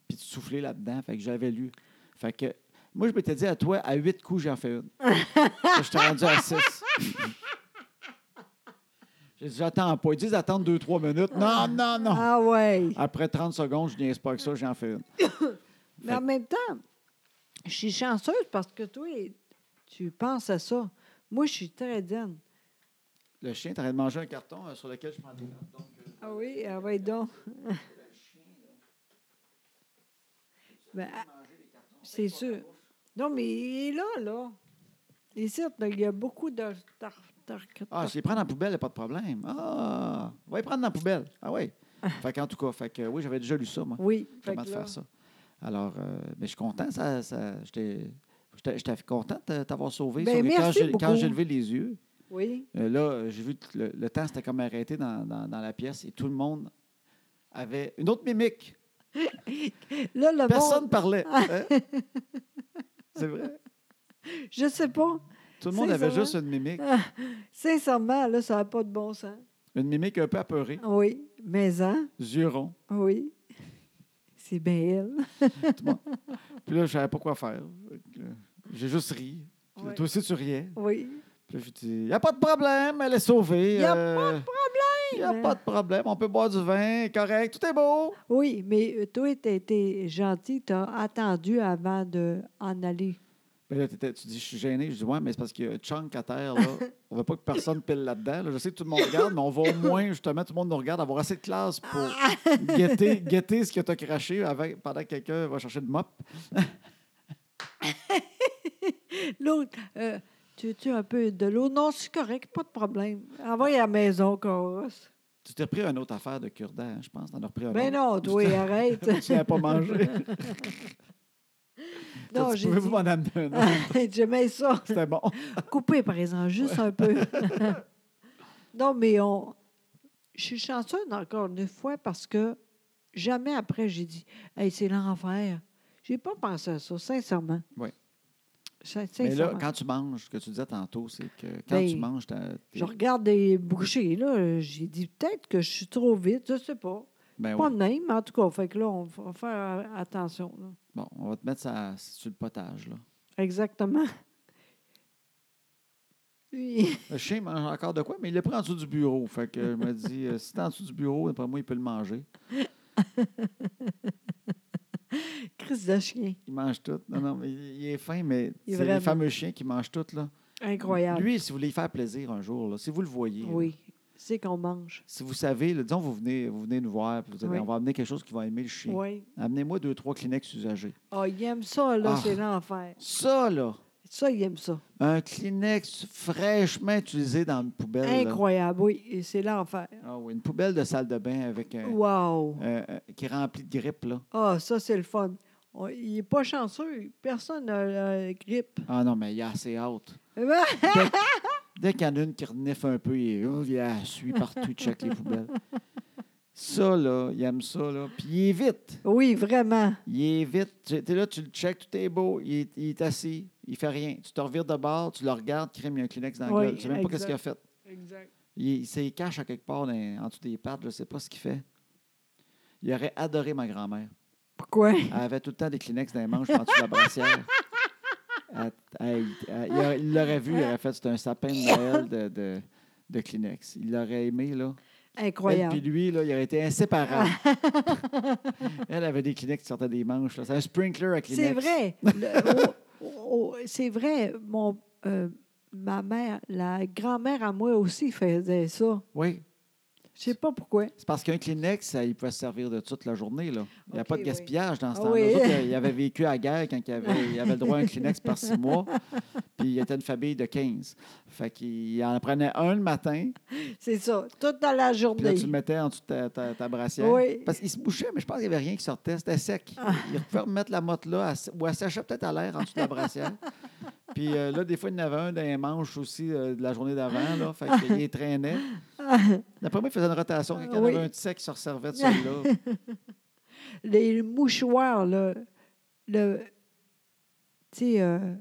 Speaker 2: puis de souffler là-dedans. Fait que j'avais lu. Fait que moi, je m'étais dit à toi, à huit coups, j'en fais une. Là, je t'ai rendu à six. J'ai dit, j'attends pas. Ils disent attendre deux, trois minutes. Non, non, non.
Speaker 1: Ah ouais.
Speaker 2: Après 30 secondes, je niaise pas avec ça, j'en fais une.
Speaker 1: Mais en même temps, je suis chanceuse parce que toi, tu penses à ça. Moi, je suis très dingue.
Speaker 2: Le chien, t'arrêtes de manger un carton euh, sur lequel je prends des notes. Donc, euh,
Speaker 1: Ah oui, ah oui, donc. Ben, ah, c'est sûr. Non, mais il est là, là. Ici, là, il y a beaucoup de... tar- tar-
Speaker 2: Ah,
Speaker 1: tar-
Speaker 2: je les prends dans la poubelle, y a pas de problème. Ah, va les prendre dans la poubelle. Ah oui. Fait qu'en tout cas, fait que, euh, oui, j'avais déjà lu ça, moi.
Speaker 1: Oui, fait
Speaker 2: Comment
Speaker 1: que
Speaker 2: de
Speaker 1: là,
Speaker 2: faire ça. Alors, euh, mais je suis content. Ça, ça, J'étais j'étais- j'étais content de t'avoir sauvé.
Speaker 1: Ben,
Speaker 2: Sauf que quand
Speaker 1: merci
Speaker 2: j'ai- quand
Speaker 1: beaucoup.
Speaker 2: j'ai levé les yeux,
Speaker 1: Oui,
Speaker 2: euh, là, euh, j'ai vu que le, le temps s'était comme arrêté dans, dans- dans la pièce et tout le monde avait une autre mimique.
Speaker 1: là, le
Speaker 2: Personne
Speaker 1: monde,
Speaker 2: parlait. hein? C'est vrai.
Speaker 1: je sais pas,
Speaker 2: Tout le monde
Speaker 1: C'est
Speaker 2: avait
Speaker 1: ça. hein?
Speaker 2: juste une mimique.
Speaker 1: sincèrement, là, ça n'a pas de bon sens.
Speaker 2: Une mimique un peu apeurée,
Speaker 1: Oui, mais hein,
Speaker 2: yeux ronds.
Speaker 1: oui, c'est bien elle.
Speaker 2: Puis là, je savais pas quoi faire. Fait que, euh, J'ai juste ri. Puis là,
Speaker 1: Ouais.
Speaker 2: toi aussi, tu riais.
Speaker 1: Oui.
Speaker 2: Puis là, je dis, il n'y a pas de problème, elle est sauvée.
Speaker 1: Il y a
Speaker 2: pas de problème. Il n'y a pas de problème. On peut boire du vin, correct, tout est beau.
Speaker 1: Oui, mais euh, toi, tu été gentil, tu as attendu avant de en aller.
Speaker 2: Mais là, t'étais- tu dis, je suis gêné. Je dis, ouais, mais c'est parce qu'il y a Chunk à terre. Là. On ne veut pas que personne pile là-dedans. là. Je sais que tout le monde regarde, mais on va au moins, justement, tout le monde nous regarde, avoir assez de classe pour
Speaker 1: Ah!
Speaker 2: guetter, guetter ce que tu as craché avec- pendant que quelqu'un va chercher de mop.
Speaker 1: L'autre, euh, tu veux-tu un peu de l'eau? Non, c'est correct, pas de problème. Envoie à la maison, Coros.
Speaker 2: Tu t'es repris une autre affaire de cure-dent, hein, je pense. T'en as repris un
Speaker 1: Ben
Speaker 2: autre.
Speaker 1: non, toi, arrête.
Speaker 2: tu n'avais pas mangé.
Speaker 1: Non,
Speaker 2: Tu
Speaker 1: j'ai
Speaker 2: pouvais vous
Speaker 1: dit-
Speaker 2: m'en amener un autre.
Speaker 1: J'aimais ça.
Speaker 2: C'était bon.
Speaker 1: Couper, par exemple, juste un peu. non, mais on. Je suis chanceuse encore une fois parce que jamais après, j'ai dit Hey, c'est l'enfer. J'ai pas pensé à ça, sincèrement.
Speaker 2: Oui.
Speaker 1: Sin-
Speaker 2: Mais là,
Speaker 1: sincèrement.
Speaker 2: quand tu manges, ce que tu disais tantôt, c'est que quand
Speaker 1: Ben,
Speaker 2: tu manges, t'as- t'es-
Speaker 1: Je regarde les bouchées, là. J'ai dit peut-être que je suis trop vite, je sais pas.
Speaker 2: ben
Speaker 1: Pas
Speaker 2: oui.
Speaker 1: de même, mais en tout cas, fait que là, on va faire euh, attention. là.
Speaker 2: Bon, on va te mettre ça sur le potage. Là.
Speaker 1: Exactement. Oui.
Speaker 2: Le chien mange encore de quoi, mais il le prend en dessous du bureau. Fait que je me dis, euh, si t'es en dessous du bureau, d'après moi, il peut le manger.
Speaker 1: Crise de chien.
Speaker 2: Il mange tout. Non, non, mais il il est fin, mais
Speaker 1: Il est
Speaker 2: c'est le
Speaker 1: vraiment-
Speaker 2: fameux chien qui mange tout. Là.
Speaker 1: Incroyable.
Speaker 2: Lui, si vous voulez y faire plaisir un jour, là, si vous le voyez, là,
Speaker 1: Oui, c'est qu'on mange.
Speaker 2: si vous savez, là, disons, vous venez, vous venez nous voir, puis vous dites, ben,
Speaker 1: Oui.
Speaker 2: on va amener quelque chose qui va aimer le chien.
Speaker 1: Oui.
Speaker 2: Amenez-moi deux, trois Kleenex usagés.
Speaker 1: Ah, il aime ça, là,
Speaker 2: Ah.
Speaker 1: c'est l'enfer.
Speaker 2: Ça, là,
Speaker 1: Ça, il aime ça.
Speaker 2: un Kleenex fraîchement utilisé dans une poubelle. là.
Speaker 1: Incroyable, oui, et c'est l'enfer.
Speaker 2: Ah oui, une poubelle de salle de bain avec un,
Speaker 1: Wow!
Speaker 2: euh, euh, qui est remplie de grippe, là.
Speaker 1: Ah, ça, c'est le fun. On- il n'est pas chanceux. Personne n'a la grippe.
Speaker 2: Ah non, mais il y a assez hâte.
Speaker 1: Ah!
Speaker 2: Dès qu'il y en a une qui renifle un peu, il, oh, il la suit partout, il check les poubelles. Ça, là, il aime ça, là. Puis il est vite.
Speaker 1: Oui, vraiment.
Speaker 2: Il est vite. Tu es là, tu le check, tout est beau. Il est, il est assis, il fait rien. Tu te revires de bord, tu le regardes, crime, il y a un Kleenex dans la
Speaker 1: Oui,
Speaker 2: gueule. Tu sais même pas
Speaker 1: exact.
Speaker 2: qu'est-ce qu'il a fait.
Speaker 1: Exact.
Speaker 2: Il, il se cache à quelque part dans- en dessous des pattes, je sais pas ce qu'il fait. Il aurait adoré ma grand-mère.
Speaker 1: Pourquoi?
Speaker 2: Elle avait tout le temps des Kleenex dans les manches en dessous de la brassière. Elle- elle- elle- il aurait- il l'aurait vu, il aurait fait c'est un sapin de Noël de, de, de Kleenex. Il l'aurait aimé, là. Elle puis
Speaker 1: Incroyable.
Speaker 2: lui, là, il aurait été inséparable. elle avait des Kleenex qui sortaient des manches. là. C'est un sprinkler à Kleenex.
Speaker 1: C'est vrai. Le- oh, oh, c'est vrai. Mon, euh, ma mère, la grand-mère à moi aussi faisait ça.
Speaker 2: Oui.
Speaker 1: Je sais pas pourquoi.
Speaker 2: C'est parce qu'un Kleenex, ça, il pouvait se servir de toute la journée. Là. Il n'y a
Speaker 1: Ok,
Speaker 2: pas de
Speaker 1: oui.
Speaker 2: gaspillage dans ce
Speaker 1: Ah
Speaker 2: temps-là.
Speaker 1: oui.
Speaker 2: Eux autres, Ils avaient vécu à la guerre quand il avait, il avait le droit à un Kleenex par six mois. Puis il était une famille de 15. Fait qu'il en prenait un le matin,
Speaker 1: C'est ça. Toute dans la
Speaker 2: Puis là,
Speaker 1: journée.
Speaker 2: tu le mettais en dessous de ta, ta- ta brassière.
Speaker 1: Oui. Ah.
Speaker 2: Parce qu'il se bouchait, mais je pense qu'il n'y avait rien qui sortait. C'était sec. Il pouvait remettre la motte là, elle s- ou elle séchait peut-être à l'air en dessous de la brassière. Puis euh, là, des fois, il y en avait un dans les manches aussi euh, de la journée d'avant. Là, fait qu'il les traînait. D'après moi, il faisait une rotation. Quand il y en
Speaker 1: Oui.
Speaker 2: avait un petit sec qui se resservait de celui-là.
Speaker 1: les mouchoirs, là, le, tu sais, euh,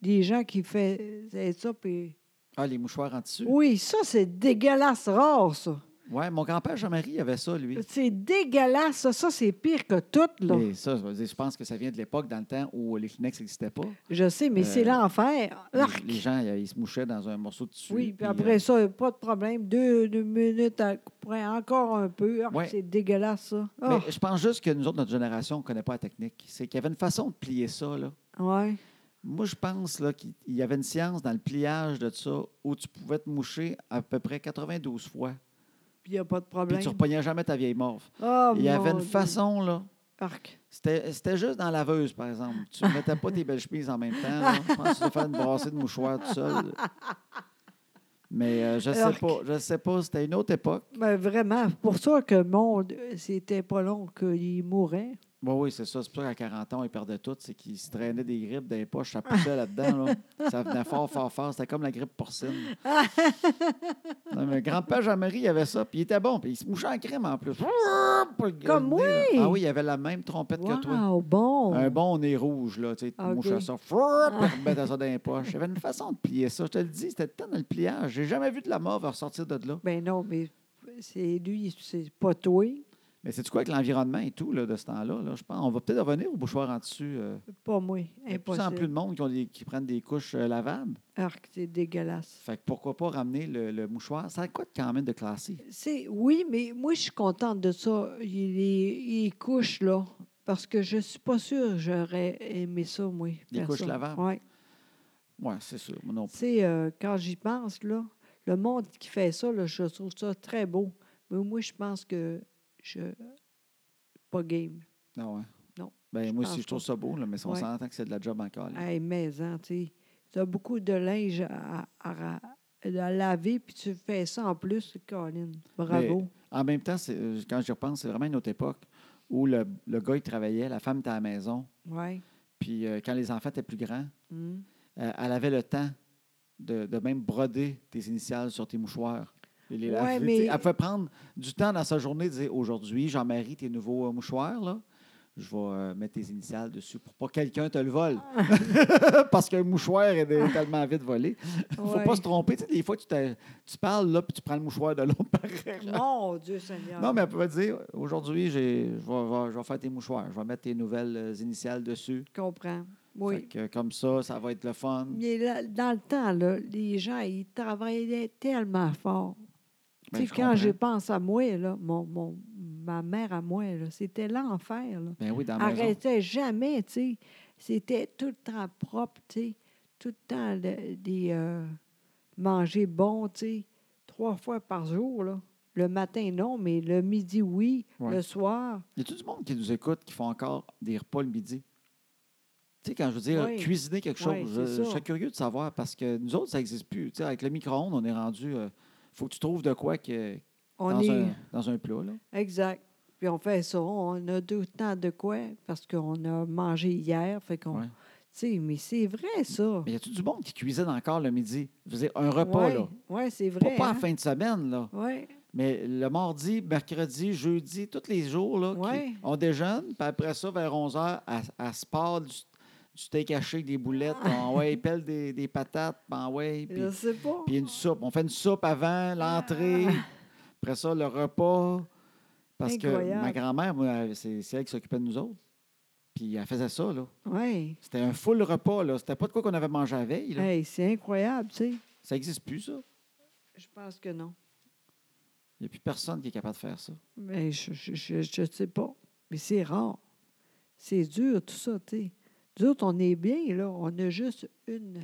Speaker 1: des gens qui faisaient ça, puis...
Speaker 2: Ah, les mouchoirs en tissu. Oui,
Speaker 1: Oui, ça, c'est dégueulasse rare, ça.
Speaker 2: ouais, mon grand-père Jean-Marie avait ça, lui.
Speaker 1: C'est dégueulasse, ça. Ça, c'est pire que tout, là.
Speaker 2: Et ça, je veux dire, je pense que ça vient de l'époque, dans le temps où les Kleenex n'existaient pas.
Speaker 1: Je sais, mais c'est
Speaker 2: Euh,
Speaker 1: l'enfer.
Speaker 2: Les-
Speaker 1: Arc!
Speaker 2: Les gens, ils ils se mouchaient dans un morceau de tissu.
Speaker 1: Oui, puis
Speaker 2: euh,
Speaker 1: après ça, pas de problème. Deux, deux minutes, à, après, encore un peu. Arc,
Speaker 2: Ouais.
Speaker 1: C'est dégueulasse, ça. Ah,
Speaker 2: Mais je pense juste que nous autres, notre génération, on ne connaît pas la technique. C'est qu'il y avait une façon de plier ça. Là.
Speaker 1: ouais.
Speaker 2: Moi, je pense là, qu'il il y avait une science dans le pliage de ça où tu pouvais te moucher à peu près 92 fois.
Speaker 1: Ah, Puis il n'y a pas de
Speaker 2: Puis
Speaker 1: problème.
Speaker 2: tu ne repognais jamais ta vieille morve.
Speaker 1: Ah,
Speaker 2: Il y avait
Speaker 1: mon
Speaker 2: une
Speaker 1: Dieu.
Speaker 2: façon, là.
Speaker 1: Arc.
Speaker 2: C'était c'était juste dans la laveuse, par exemple. Tu ne mettais pas tes belles chemises en même temps. là. Je pense que tu devais faire une brassée de mouchoirs tout seul. Mais euh, je ne sais
Speaker 1: Urk.
Speaker 2: pas. Je sais pas. C'était une autre époque.
Speaker 1: Ben, vraiment, pour ça que mon, c'était pas long qu'il mourait.
Speaker 2: Bah Oui, oui, c'est ça. C'est pour ça qu'à 40 ans, ils perdaient tout. C'est qu'ils se traînaient des grippes dans les poches. Ça poussait là-dedans. là. Ça venait fort, fort, fort. C'était comme la grippe porcine. Non, mais grand-père Jean-Marie, il avait ça. Puis il était bon. Puis il se mouchait en crème en plus. Pour le-
Speaker 1: Comme
Speaker 2: le nez, là.
Speaker 1: oui!
Speaker 2: Ah oui, il avait la même trompette que toi.
Speaker 1: Wow, bon!
Speaker 2: Un bon nez rouge, là. Tu sais, tu
Speaker 1: Ok. Ah.
Speaker 2: mouchais ça. frrrr, Puis tu remettais ça dans les poches. Il y avait une façon de plier ça. Je te le dis, c'était le temps dans le pliage. J'ai jamais vu de la mort ressortir de là.
Speaker 1: Ben non, mais c'est lui, c'est pas toi.
Speaker 2: Mais c'est-tu quoi avec l'environnement et tout là, de ce temps-là? là? je pense on va peut-être revenir au bouchoir en dessus. euh,
Speaker 1: Pas moi.
Speaker 2: il y a de plus en
Speaker 1: Impossible.
Speaker 2: plus de monde qui, ont des- qui prennent des couches euh, lavables.
Speaker 1: Arc, c'est dégueulasse.
Speaker 2: Fait que pourquoi pas ramener le, le mouchoir? Ça coûte quand même de classé.
Speaker 1: C'est, oui, mais moi, je suis contente de ça. Il, est- il couche, là. Parce que je suis pas sûre que j'aurais aimé ça, moi.
Speaker 2: Des
Speaker 1: faire
Speaker 2: couches
Speaker 1: ça.
Speaker 2: lavables.
Speaker 1: Ouais.
Speaker 2: Oui, c'est sûr. Moi non
Speaker 1: Tu
Speaker 2: plus.
Speaker 1: sais, euh, quand j'y pense, là, le monde qui fait ça, là, je trouve ça très beau. Mais moi, je pense que je. Pas game.
Speaker 2: Non, Ah ouais.
Speaker 1: Non,
Speaker 2: Ben,
Speaker 1: je
Speaker 2: moi aussi,
Speaker 1: pense
Speaker 2: je trouve
Speaker 1: pas.
Speaker 2: ça beau, là, mais on
Speaker 1: Ouais.
Speaker 2: s'entend que c'est de la job encore. là.
Speaker 1: Hey, mais, hein, tu sais, t'as beaucoup de linge à, à ra- à laver, puis tu fais ça en plus, Colin. Bravo.
Speaker 2: En même temps, c'est- euh, quand je repense, c'est vraiment une autre époque où le, le gars, il travaillait, la femme était à la maison,
Speaker 1: Ouais.
Speaker 2: puis euh, quand les enfants étaient plus grands,
Speaker 1: Hum.
Speaker 2: euh, elle avait le temps de, de même broder tes initiales sur tes mouchoirs. et les
Speaker 1: Ouais,
Speaker 2: laver.
Speaker 1: mais-
Speaker 2: Tu sais, Elle pouvait prendre du temps dans sa journée de dire aujourd'hui, Jean-Marie, tes nouveaux euh, mouchoirs, là, je vais euh, mettre tes initiales dessus pour pas que quelqu'un te le vole. Parce qu'un mouchoir est dé- tellement vite volé. Il ne faut
Speaker 1: Ah. Ouais.
Speaker 2: pas se tromper. Tu sais, des fois, tu, t'a- tu parles là puis tu prends le mouchoir de l'autre par erreur.
Speaker 1: Mon Dieu Seigneur.
Speaker 2: Non, mais elle pouvait dire aujourd'hui, j'ai- je vais- je vais je vais faire tes mouchoirs, je vais mettre tes nouvelles euh, initiales dessus.
Speaker 1: Je comprends.
Speaker 2: Fait
Speaker 1: Oui.
Speaker 2: que, euh, comme ça, ça va être le fun.
Speaker 1: Mais là, dans le temps, là, les gens, ils travaillaient tellement fort.
Speaker 2: Ben,
Speaker 1: tu
Speaker 2: je
Speaker 1: sais, quand je
Speaker 2: comprends.
Speaker 1: pense à moi, là, mon, mon- ma mère à moi, là, c'était l'enfer. là.
Speaker 2: Ben oui, dans la maison.
Speaker 1: Arrêtait jamais, tu sais. C'était tout le temps propre, tu sais. Tout le temps le- des euh, manger bon, tu sais. Trois fois par jour, là. Le matin, non, mais le midi, oui.
Speaker 2: Ouais.
Speaker 1: Le soir,
Speaker 2: Y a tout du monde qui nous écoute qui font encore des repas le midi? Tu sais, quand je veux dire
Speaker 1: Oui.
Speaker 2: cuisiner quelque chose,
Speaker 1: Oui,
Speaker 2: je,
Speaker 1: c'est
Speaker 2: je
Speaker 1: ça.
Speaker 2: serais curieux de savoir parce que nous autres, ça n'existe plus. Tu sais, avec le micro-ondes, on est rendu. Il faut que tu trouves de quoi que,
Speaker 1: on
Speaker 2: dans,
Speaker 1: est.
Speaker 2: un, dans un plat. Là.
Speaker 1: Exact. Puis on fait ça. On a deux temps de quoi parce qu'on a mangé hier. Fait qu'on.
Speaker 2: Ouais.
Speaker 1: Tu sais, mais c'est vrai, ça.
Speaker 2: Mais y a tout du monde qui cuisine encore le midi? Je veux dire, un repas, là.
Speaker 1: Oui, c'est vrai.
Speaker 2: Pas, pas en
Speaker 1: hein?
Speaker 2: fin de semaine, là.
Speaker 1: Ouais.
Speaker 2: Mais le mardi, mercredi, jeudi, tous les jours, là, qui-
Speaker 1: Ouais.
Speaker 2: on déjeune, puis après ça, vers 11h, à, à se part du, du steak haché, des boulettes,
Speaker 1: Ah.
Speaker 2: on ouais, pèle des, des patates, ben ouais, puis
Speaker 1: Je sais pas.
Speaker 2: puis une soupe. On fait une soupe avant, l'entrée,
Speaker 1: Ah.
Speaker 2: après ça, le repas. Parce que
Speaker 1: Incroyable.
Speaker 2: ma grand-mère, moi, elle- c'est c'est elle qui s'occupait de nous autres. Puis elle faisait ça, là.
Speaker 1: Oui.
Speaker 2: C'était un full repas, là. C'était pas de quoi qu'on avait mangé la veille, là.
Speaker 1: Hey, c'est incroyable, tu sais.
Speaker 2: Ça n'existe plus, ça.
Speaker 1: Je pense que non.
Speaker 2: Il n'y a plus personne qui est capable de faire ça.
Speaker 1: Mais je, je, je- je sais pas. Mais c'est rare. C'est dur, tout ça, tu sais. Nous autres, on est bien, là. On a juste une,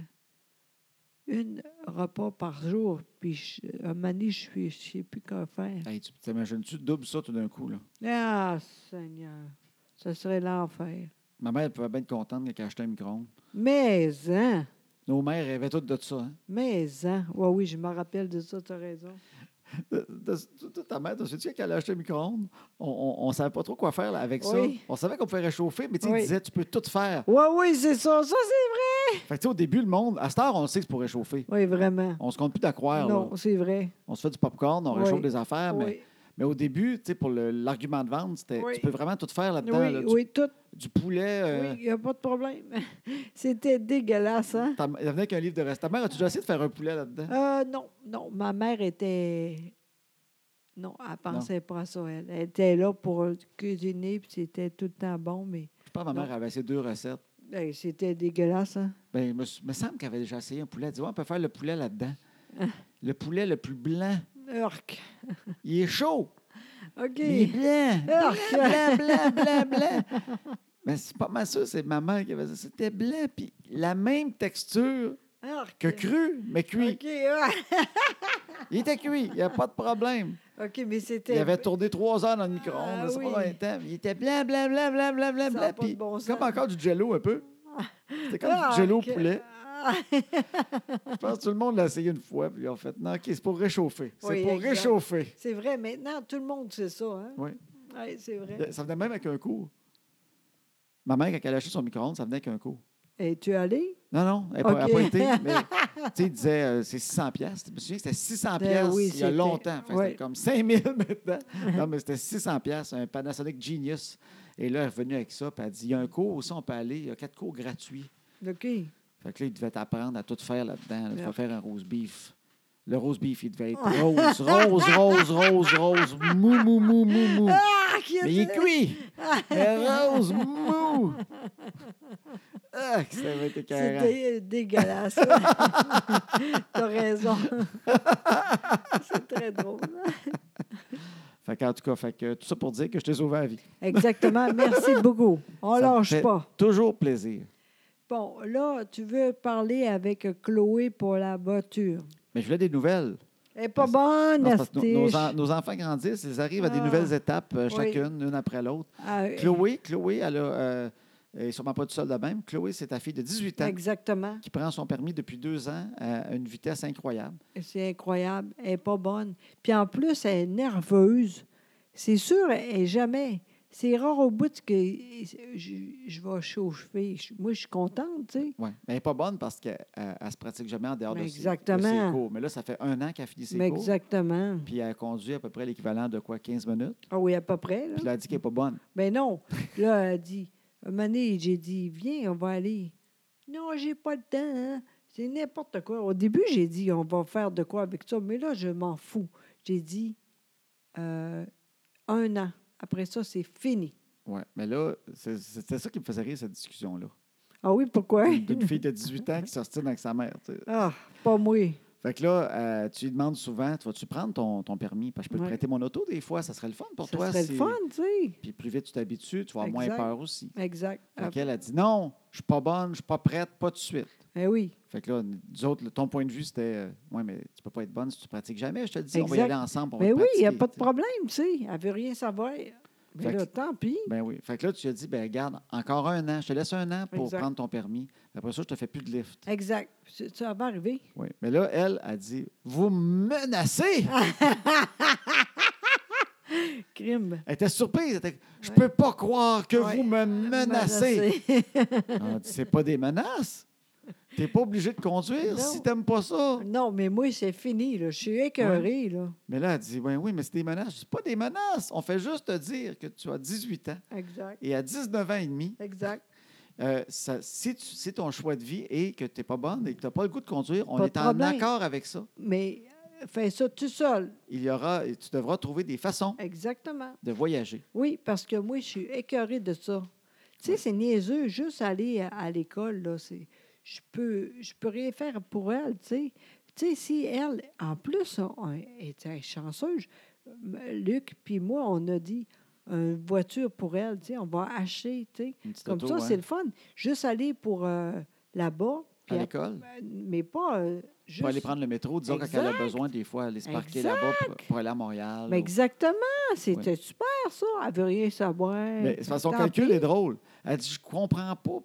Speaker 1: une repas par jour. Puis, je- un moment donné, je suis- je sais plus quoi faire.
Speaker 2: Hey, tu t'imagines-tu double ça tout d'un coup, là?
Speaker 1: Ah, Seigneur, ce serait l'enfer.
Speaker 2: Ma mère elle pouvait bien être contente quand elle achetait un micro-ondes.
Speaker 1: Mais, hein,
Speaker 2: Nos mères rêvaient toutes de ça. Hein?
Speaker 1: mais, hein. Ouais, oui, je me rappelle de ça, tu as raison.
Speaker 2: De- de- de- de- ta mère, tu sais qu'elle a acheté un micro-ondes? On ne savait pas trop quoi faire là, avec ça.
Speaker 1: Oui.
Speaker 2: On savait qu'on pouvait réchauffer, mais tu sais,
Speaker 1: Oui.
Speaker 2: ils disaient, tu peux tout faire.
Speaker 1: Oui, oui, c'est ça, ça, c'est
Speaker 2: Fait que, tu sais, au début, le monde, à cette heure, on le sait que c'est pour réchauffer.
Speaker 1: vrai. Oui, vraiment.
Speaker 2: On se compte plus d'accroire. là.
Speaker 1: Non, c'est vrai.
Speaker 2: On se fait du popcorn, on
Speaker 1: Oui.
Speaker 2: réchauffe des affaires. Mais,
Speaker 1: Oui,
Speaker 2: mais au début, tu sais, pour le- l'argument de vente, c'était
Speaker 1: Oui.
Speaker 2: tu peux vraiment tout faire là-dedans.
Speaker 1: oui,
Speaker 2: là, du,
Speaker 1: oui, tout.
Speaker 2: du poulet. euh,
Speaker 1: Oui, il n'y a pas de problème. C'était dégueulasse, hein?
Speaker 2: ta- elle venait avec un livre de reste. Ta mère, as-tu déjà essayé de faire un poulet là-dedans?
Speaker 1: Euh, non, non, ma mère était. Non, elle pensait pas à ça, elle. Elle était là pour cuisiner, puis c'était tout le temps bon, mais
Speaker 2: Je pense que ma mère avait essayé deux recettes.
Speaker 1: hey, c'était dégueulasse, hein?
Speaker 2: Ben, il me, s- me semble qu'elle avait déjà essayé un poulet. Elle dit, Ouais, on peut faire le poulet là-dedans. Le poulet le plus blanc.
Speaker 1: Urk.
Speaker 2: Il est chaud.
Speaker 1: OK. Ah,
Speaker 2: mais Il est blanc.
Speaker 1: Urk.
Speaker 2: Blanc, blanc, blanc, blanc. Mais c'est pas mal ça, c'est ma mère qui avait ça. C'était blanc, puis la même texture
Speaker 1: Urk.
Speaker 2: que cru, mais cuit.
Speaker 1: OK, ah, ouais.
Speaker 2: Il était cuit, il n'y a pas de problème.
Speaker 1: OK, mais c'était.
Speaker 2: Il avait tourné trois heures dans le micro-ondes,
Speaker 1: Ah,
Speaker 2: je sais
Speaker 1: oui.
Speaker 2: pas combien de temps. Il était blanc, blanc, blanc, blanc, blanc,
Speaker 1: Ça
Speaker 2: blanc,
Speaker 1: a
Speaker 2: blanc.
Speaker 1: pas de
Speaker 2: puis
Speaker 1: bon sens.
Speaker 2: comme encore du jello un peu. C'était comme
Speaker 1: Ah,
Speaker 2: du jello au
Speaker 1: ok.
Speaker 2: poulet.
Speaker 1: Ah,
Speaker 2: Je pense que tout le monde l'a essayé une fois, puis ils ont fait non, OK, c'est pour réchauffer. C'est
Speaker 1: Oui,
Speaker 2: pour
Speaker 1: exact.
Speaker 2: réchauffer.
Speaker 1: C'est vrai, maintenant, tout le monde sait ça. Hein?
Speaker 2: Oui.
Speaker 1: Ouais, c'est vrai.
Speaker 2: Ça venait même avec un cours. Ma mère, quand elle a acheté son micro-ondes, ça venait avec un cours.
Speaker 1: Es-tu allé?
Speaker 2: Non, non, elle n'a pas- elle a
Speaker 1: Ok.
Speaker 2: pas été. Mais, tu sais, il disait, euh, c'est 600 piastres. Je me souviens que c'était 600
Speaker 1: Ben
Speaker 2: piastres
Speaker 1: oui,
Speaker 2: il y a
Speaker 1: c'était-
Speaker 2: longtemps. Fait que
Speaker 1: ouais.
Speaker 2: C'était comme 5000 maintenant. Non, mais c'était 600 piastres, un Panasonic Genius. Et là, elle est revenue avec ça, puis elle dit, il y a un cours aussi, on peut aller, il y a quatre cours gratuits.
Speaker 1: OK.
Speaker 2: Fait que là, il devait apprendre à tout faire là-dedans. là. Il faut
Speaker 1: Merde.
Speaker 2: faire un rose beef. Le rose beef, il devait être rose, rose, rose, rose, rose, mou, mou, mou, mou, mou.
Speaker 1: Ah, qui
Speaker 2: Mais il est
Speaker 1: était-
Speaker 2: cuit! Mais rose, mou! Ah, que ça va être
Speaker 1: C'est
Speaker 2: écœurant.
Speaker 1: dé- euh, dégueulasse. T'as raison. C'est très drôle. hein.
Speaker 2: Fait que, en tout cas, fait que, tout ça pour dire que je t'ai sauvé la vie.
Speaker 1: Exactement. Merci beaucoup. On
Speaker 2: Ça me
Speaker 1: lâche
Speaker 2: fait
Speaker 1: pas.
Speaker 2: Toujours plaisir.
Speaker 1: Bon, là, tu veux parler avec Chloé pour la voiture.
Speaker 2: Mais je voulais des nouvelles.
Speaker 1: Elle est pas
Speaker 2: Parce-
Speaker 1: bonne,
Speaker 2: Non, c'est parce que nos, nos
Speaker 1: Astiche.
Speaker 2: en- nos enfants grandissent, ils arrivent à des
Speaker 1: Ah.
Speaker 2: nouvelles étapes, euh,
Speaker 1: Oui.
Speaker 2: chacune, une après l'autre.
Speaker 1: Ah, euh,
Speaker 2: Chloé, Chloé, elle a. euh, elle est sûrement pas toute seule de même. Chloé, c'est ta fille de 18 ans
Speaker 1: Exactement.
Speaker 2: qui prend son permis depuis deux ans à une vitesse incroyable.
Speaker 1: C'est incroyable. Elle n'est pas bonne. Puis en plus, elle est nerveuse. C'est sûr, elle est jamais. C'est rare au bout que je, je vais chauffer. Je- Moi, je suis contente, tu sais.
Speaker 2: Ouais. Mais elle n'est pas bonne parce qu'elle ne se pratique jamais en dehors de
Speaker 1: Mais
Speaker 2: ses, de ses
Speaker 1: exactement.
Speaker 2: cours. Mais là, ça fait un an qu'elle finit ses
Speaker 1: Mais
Speaker 2: cours.
Speaker 1: exactement.
Speaker 2: Puis elle conduit à peu près l'équivalent de quoi, 15 minutes.
Speaker 1: Ah oui, à peu près. Là.
Speaker 2: Puis elle a dit qu'elle n'est pas bonne.
Speaker 1: Ben non. Là, elle a dit, un moment donné, j'ai dit, viens, on va aller. Non, j'ai pas le temps. hein. C'est n'importe quoi. Au début, j'ai dit, on va faire de quoi avec ça. Mais là, je m'en fous. J'ai dit, euh, un an. Après ça, c'est fini.
Speaker 2: Ouais. Mais là, c'est- c'était ça qui me faisait rire, cette discussion-là.
Speaker 1: Ah oui, pourquoi?
Speaker 2: Une- D'une fille de 18 ans qui sortit avec sa mère. tu sais.
Speaker 1: Ah, pas moi.
Speaker 2: Fait que là, euh, tu lui demandes souvent, tu vas-tu prendre ton, ton permis? Parce que je peux
Speaker 1: Ouais.
Speaker 2: te prêter mon auto des fois, ça serait le fun pour
Speaker 1: ça
Speaker 2: toi.
Speaker 1: serait
Speaker 2: si-
Speaker 1: le fun, tu sais.
Speaker 2: Puis plus vite tu t'habitues, tu vas avoir moins
Speaker 1: Exact.
Speaker 2: peur aussi.
Speaker 1: Exact.
Speaker 2: Fait qu'elle a dit non, je suis pas bonne, je suis pas prête, pas tout de suite.
Speaker 1: Ah, eh oui.
Speaker 2: Fait que là, nous autres, le- ton point de vue, c'était euh, Ouais, mais tu peux pas être bonne si tu pratiques jamais. Je te le dis, on va y
Speaker 1: Exact.
Speaker 2: aller ensemble. on va
Speaker 1: Mais
Speaker 2: te
Speaker 1: Ben oui, il n'y a
Speaker 2: pratiquer,
Speaker 1: pas de
Speaker 2: tu sais.
Speaker 1: problème, tu sais. Elle veut rien savoir. Mais
Speaker 2: Fait
Speaker 1: là,
Speaker 2: que-
Speaker 1: tant pis.
Speaker 2: Ben oui. Fait que là, tu lui as dit ben regarde, encore un an, je te laisse un an pour
Speaker 1: Exact.
Speaker 2: prendre ton permis. Après ça, je te fais plus de lift.
Speaker 1: Exact. Ça ça va arriver.
Speaker 2: Oui. Mais là, elle a dit Vous me menacez
Speaker 1: Ah! Crime.
Speaker 2: Elle était surprise. Elle était, Je
Speaker 1: Ouais.
Speaker 2: peux pas croire que
Speaker 1: Ouais.
Speaker 2: vous me menacez.
Speaker 1: Menacé.
Speaker 2: On a dit, c'est pas des menaces. T'es pas obligé de conduire
Speaker 1: Non.
Speaker 2: si t'aimes pas ça.
Speaker 1: Non, mais moi, c'est fini. Là. Je suis écœurée. Là.
Speaker 2: Mais là, elle dit, ben oui, mais c'est des menaces. C'est pas des menaces. On fait juste te dire que tu as 18 ans
Speaker 1: Exact.
Speaker 2: et à 19 ans et demi,
Speaker 1: Exact.
Speaker 2: euh, ça- si, tu- si ton choix de vie est que t'es pas bonne et que t'as pas le goût de conduire, on
Speaker 1: Pas de
Speaker 2: est en
Speaker 1: problème.
Speaker 2: accord avec ça.
Speaker 1: Mais euh, fais ça tout seul.
Speaker 2: Il y aura, et tu devras trouver des façons
Speaker 1: Exactement.
Speaker 2: de voyager.
Speaker 1: Oui, parce que moi, je suis écœurée de ça. Tu sais, c'est niaiseux, juste aller à, à l'école, là, c'est... Je peux, je peux rien faire pour elle, tu sais. Tu sais, si elle, en plus, on- on était chanceuse, M- Luc puis moi, on a dit une voiture pour elle, tu sais, on va acheter, tu sais.
Speaker 2: Une petite
Speaker 1: Comme
Speaker 2: auto,
Speaker 1: ça,
Speaker 2: hein,
Speaker 1: c'est le fun. Juste aller pour euh, là-bas, puis
Speaker 2: à
Speaker 1: après-
Speaker 2: l'école.
Speaker 1: mais pas euh, juste...
Speaker 2: Pour aller prendre le métro, disons, quand elle a besoin, des fois, aller se parquer
Speaker 1: Exact.
Speaker 2: là-bas pour, pour aller à Montréal.
Speaker 1: Mais
Speaker 2: ou-
Speaker 1: exactement, c'était super, ça. Elle veut rien savoir.
Speaker 2: Mais de toute façon, son
Speaker 1: Tant
Speaker 2: calcul
Speaker 1: pis.
Speaker 2: est drôle. Elle dit Je comprends pas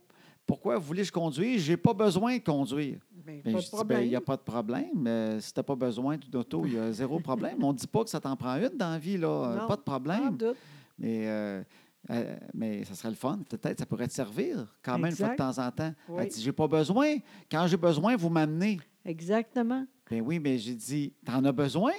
Speaker 2: pourquoi vous voulez que je conduise. J'ai pas besoin de conduire.
Speaker 1: Ben,
Speaker 2: Mais
Speaker 1: pas
Speaker 2: je
Speaker 1: de
Speaker 2: dis Ben, Il n'y a
Speaker 1: problème.
Speaker 2: pas de problème. Euh, si tu n'as pas besoin d'une auto, il y a zéro problème. On ne dit pas que ça t'en prend une dans la vie. Là. Euh,
Speaker 1: Non,
Speaker 2: Pas de
Speaker 1: Sans
Speaker 2: problème.
Speaker 1: doute.
Speaker 2: Mais, euh, euh, mais ça serait le fun. Peut-être ça pourrait te servir quand même une fois de
Speaker 1: Exact.
Speaker 2: temps en temps.
Speaker 1: Oui.
Speaker 2: Elle dit J'ai pas besoin. Quand j'ai besoin, vous m'amenez.
Speaker 1: Exactement.
Speaker 2: Ben oui, mais j'ai dit T'en as besoin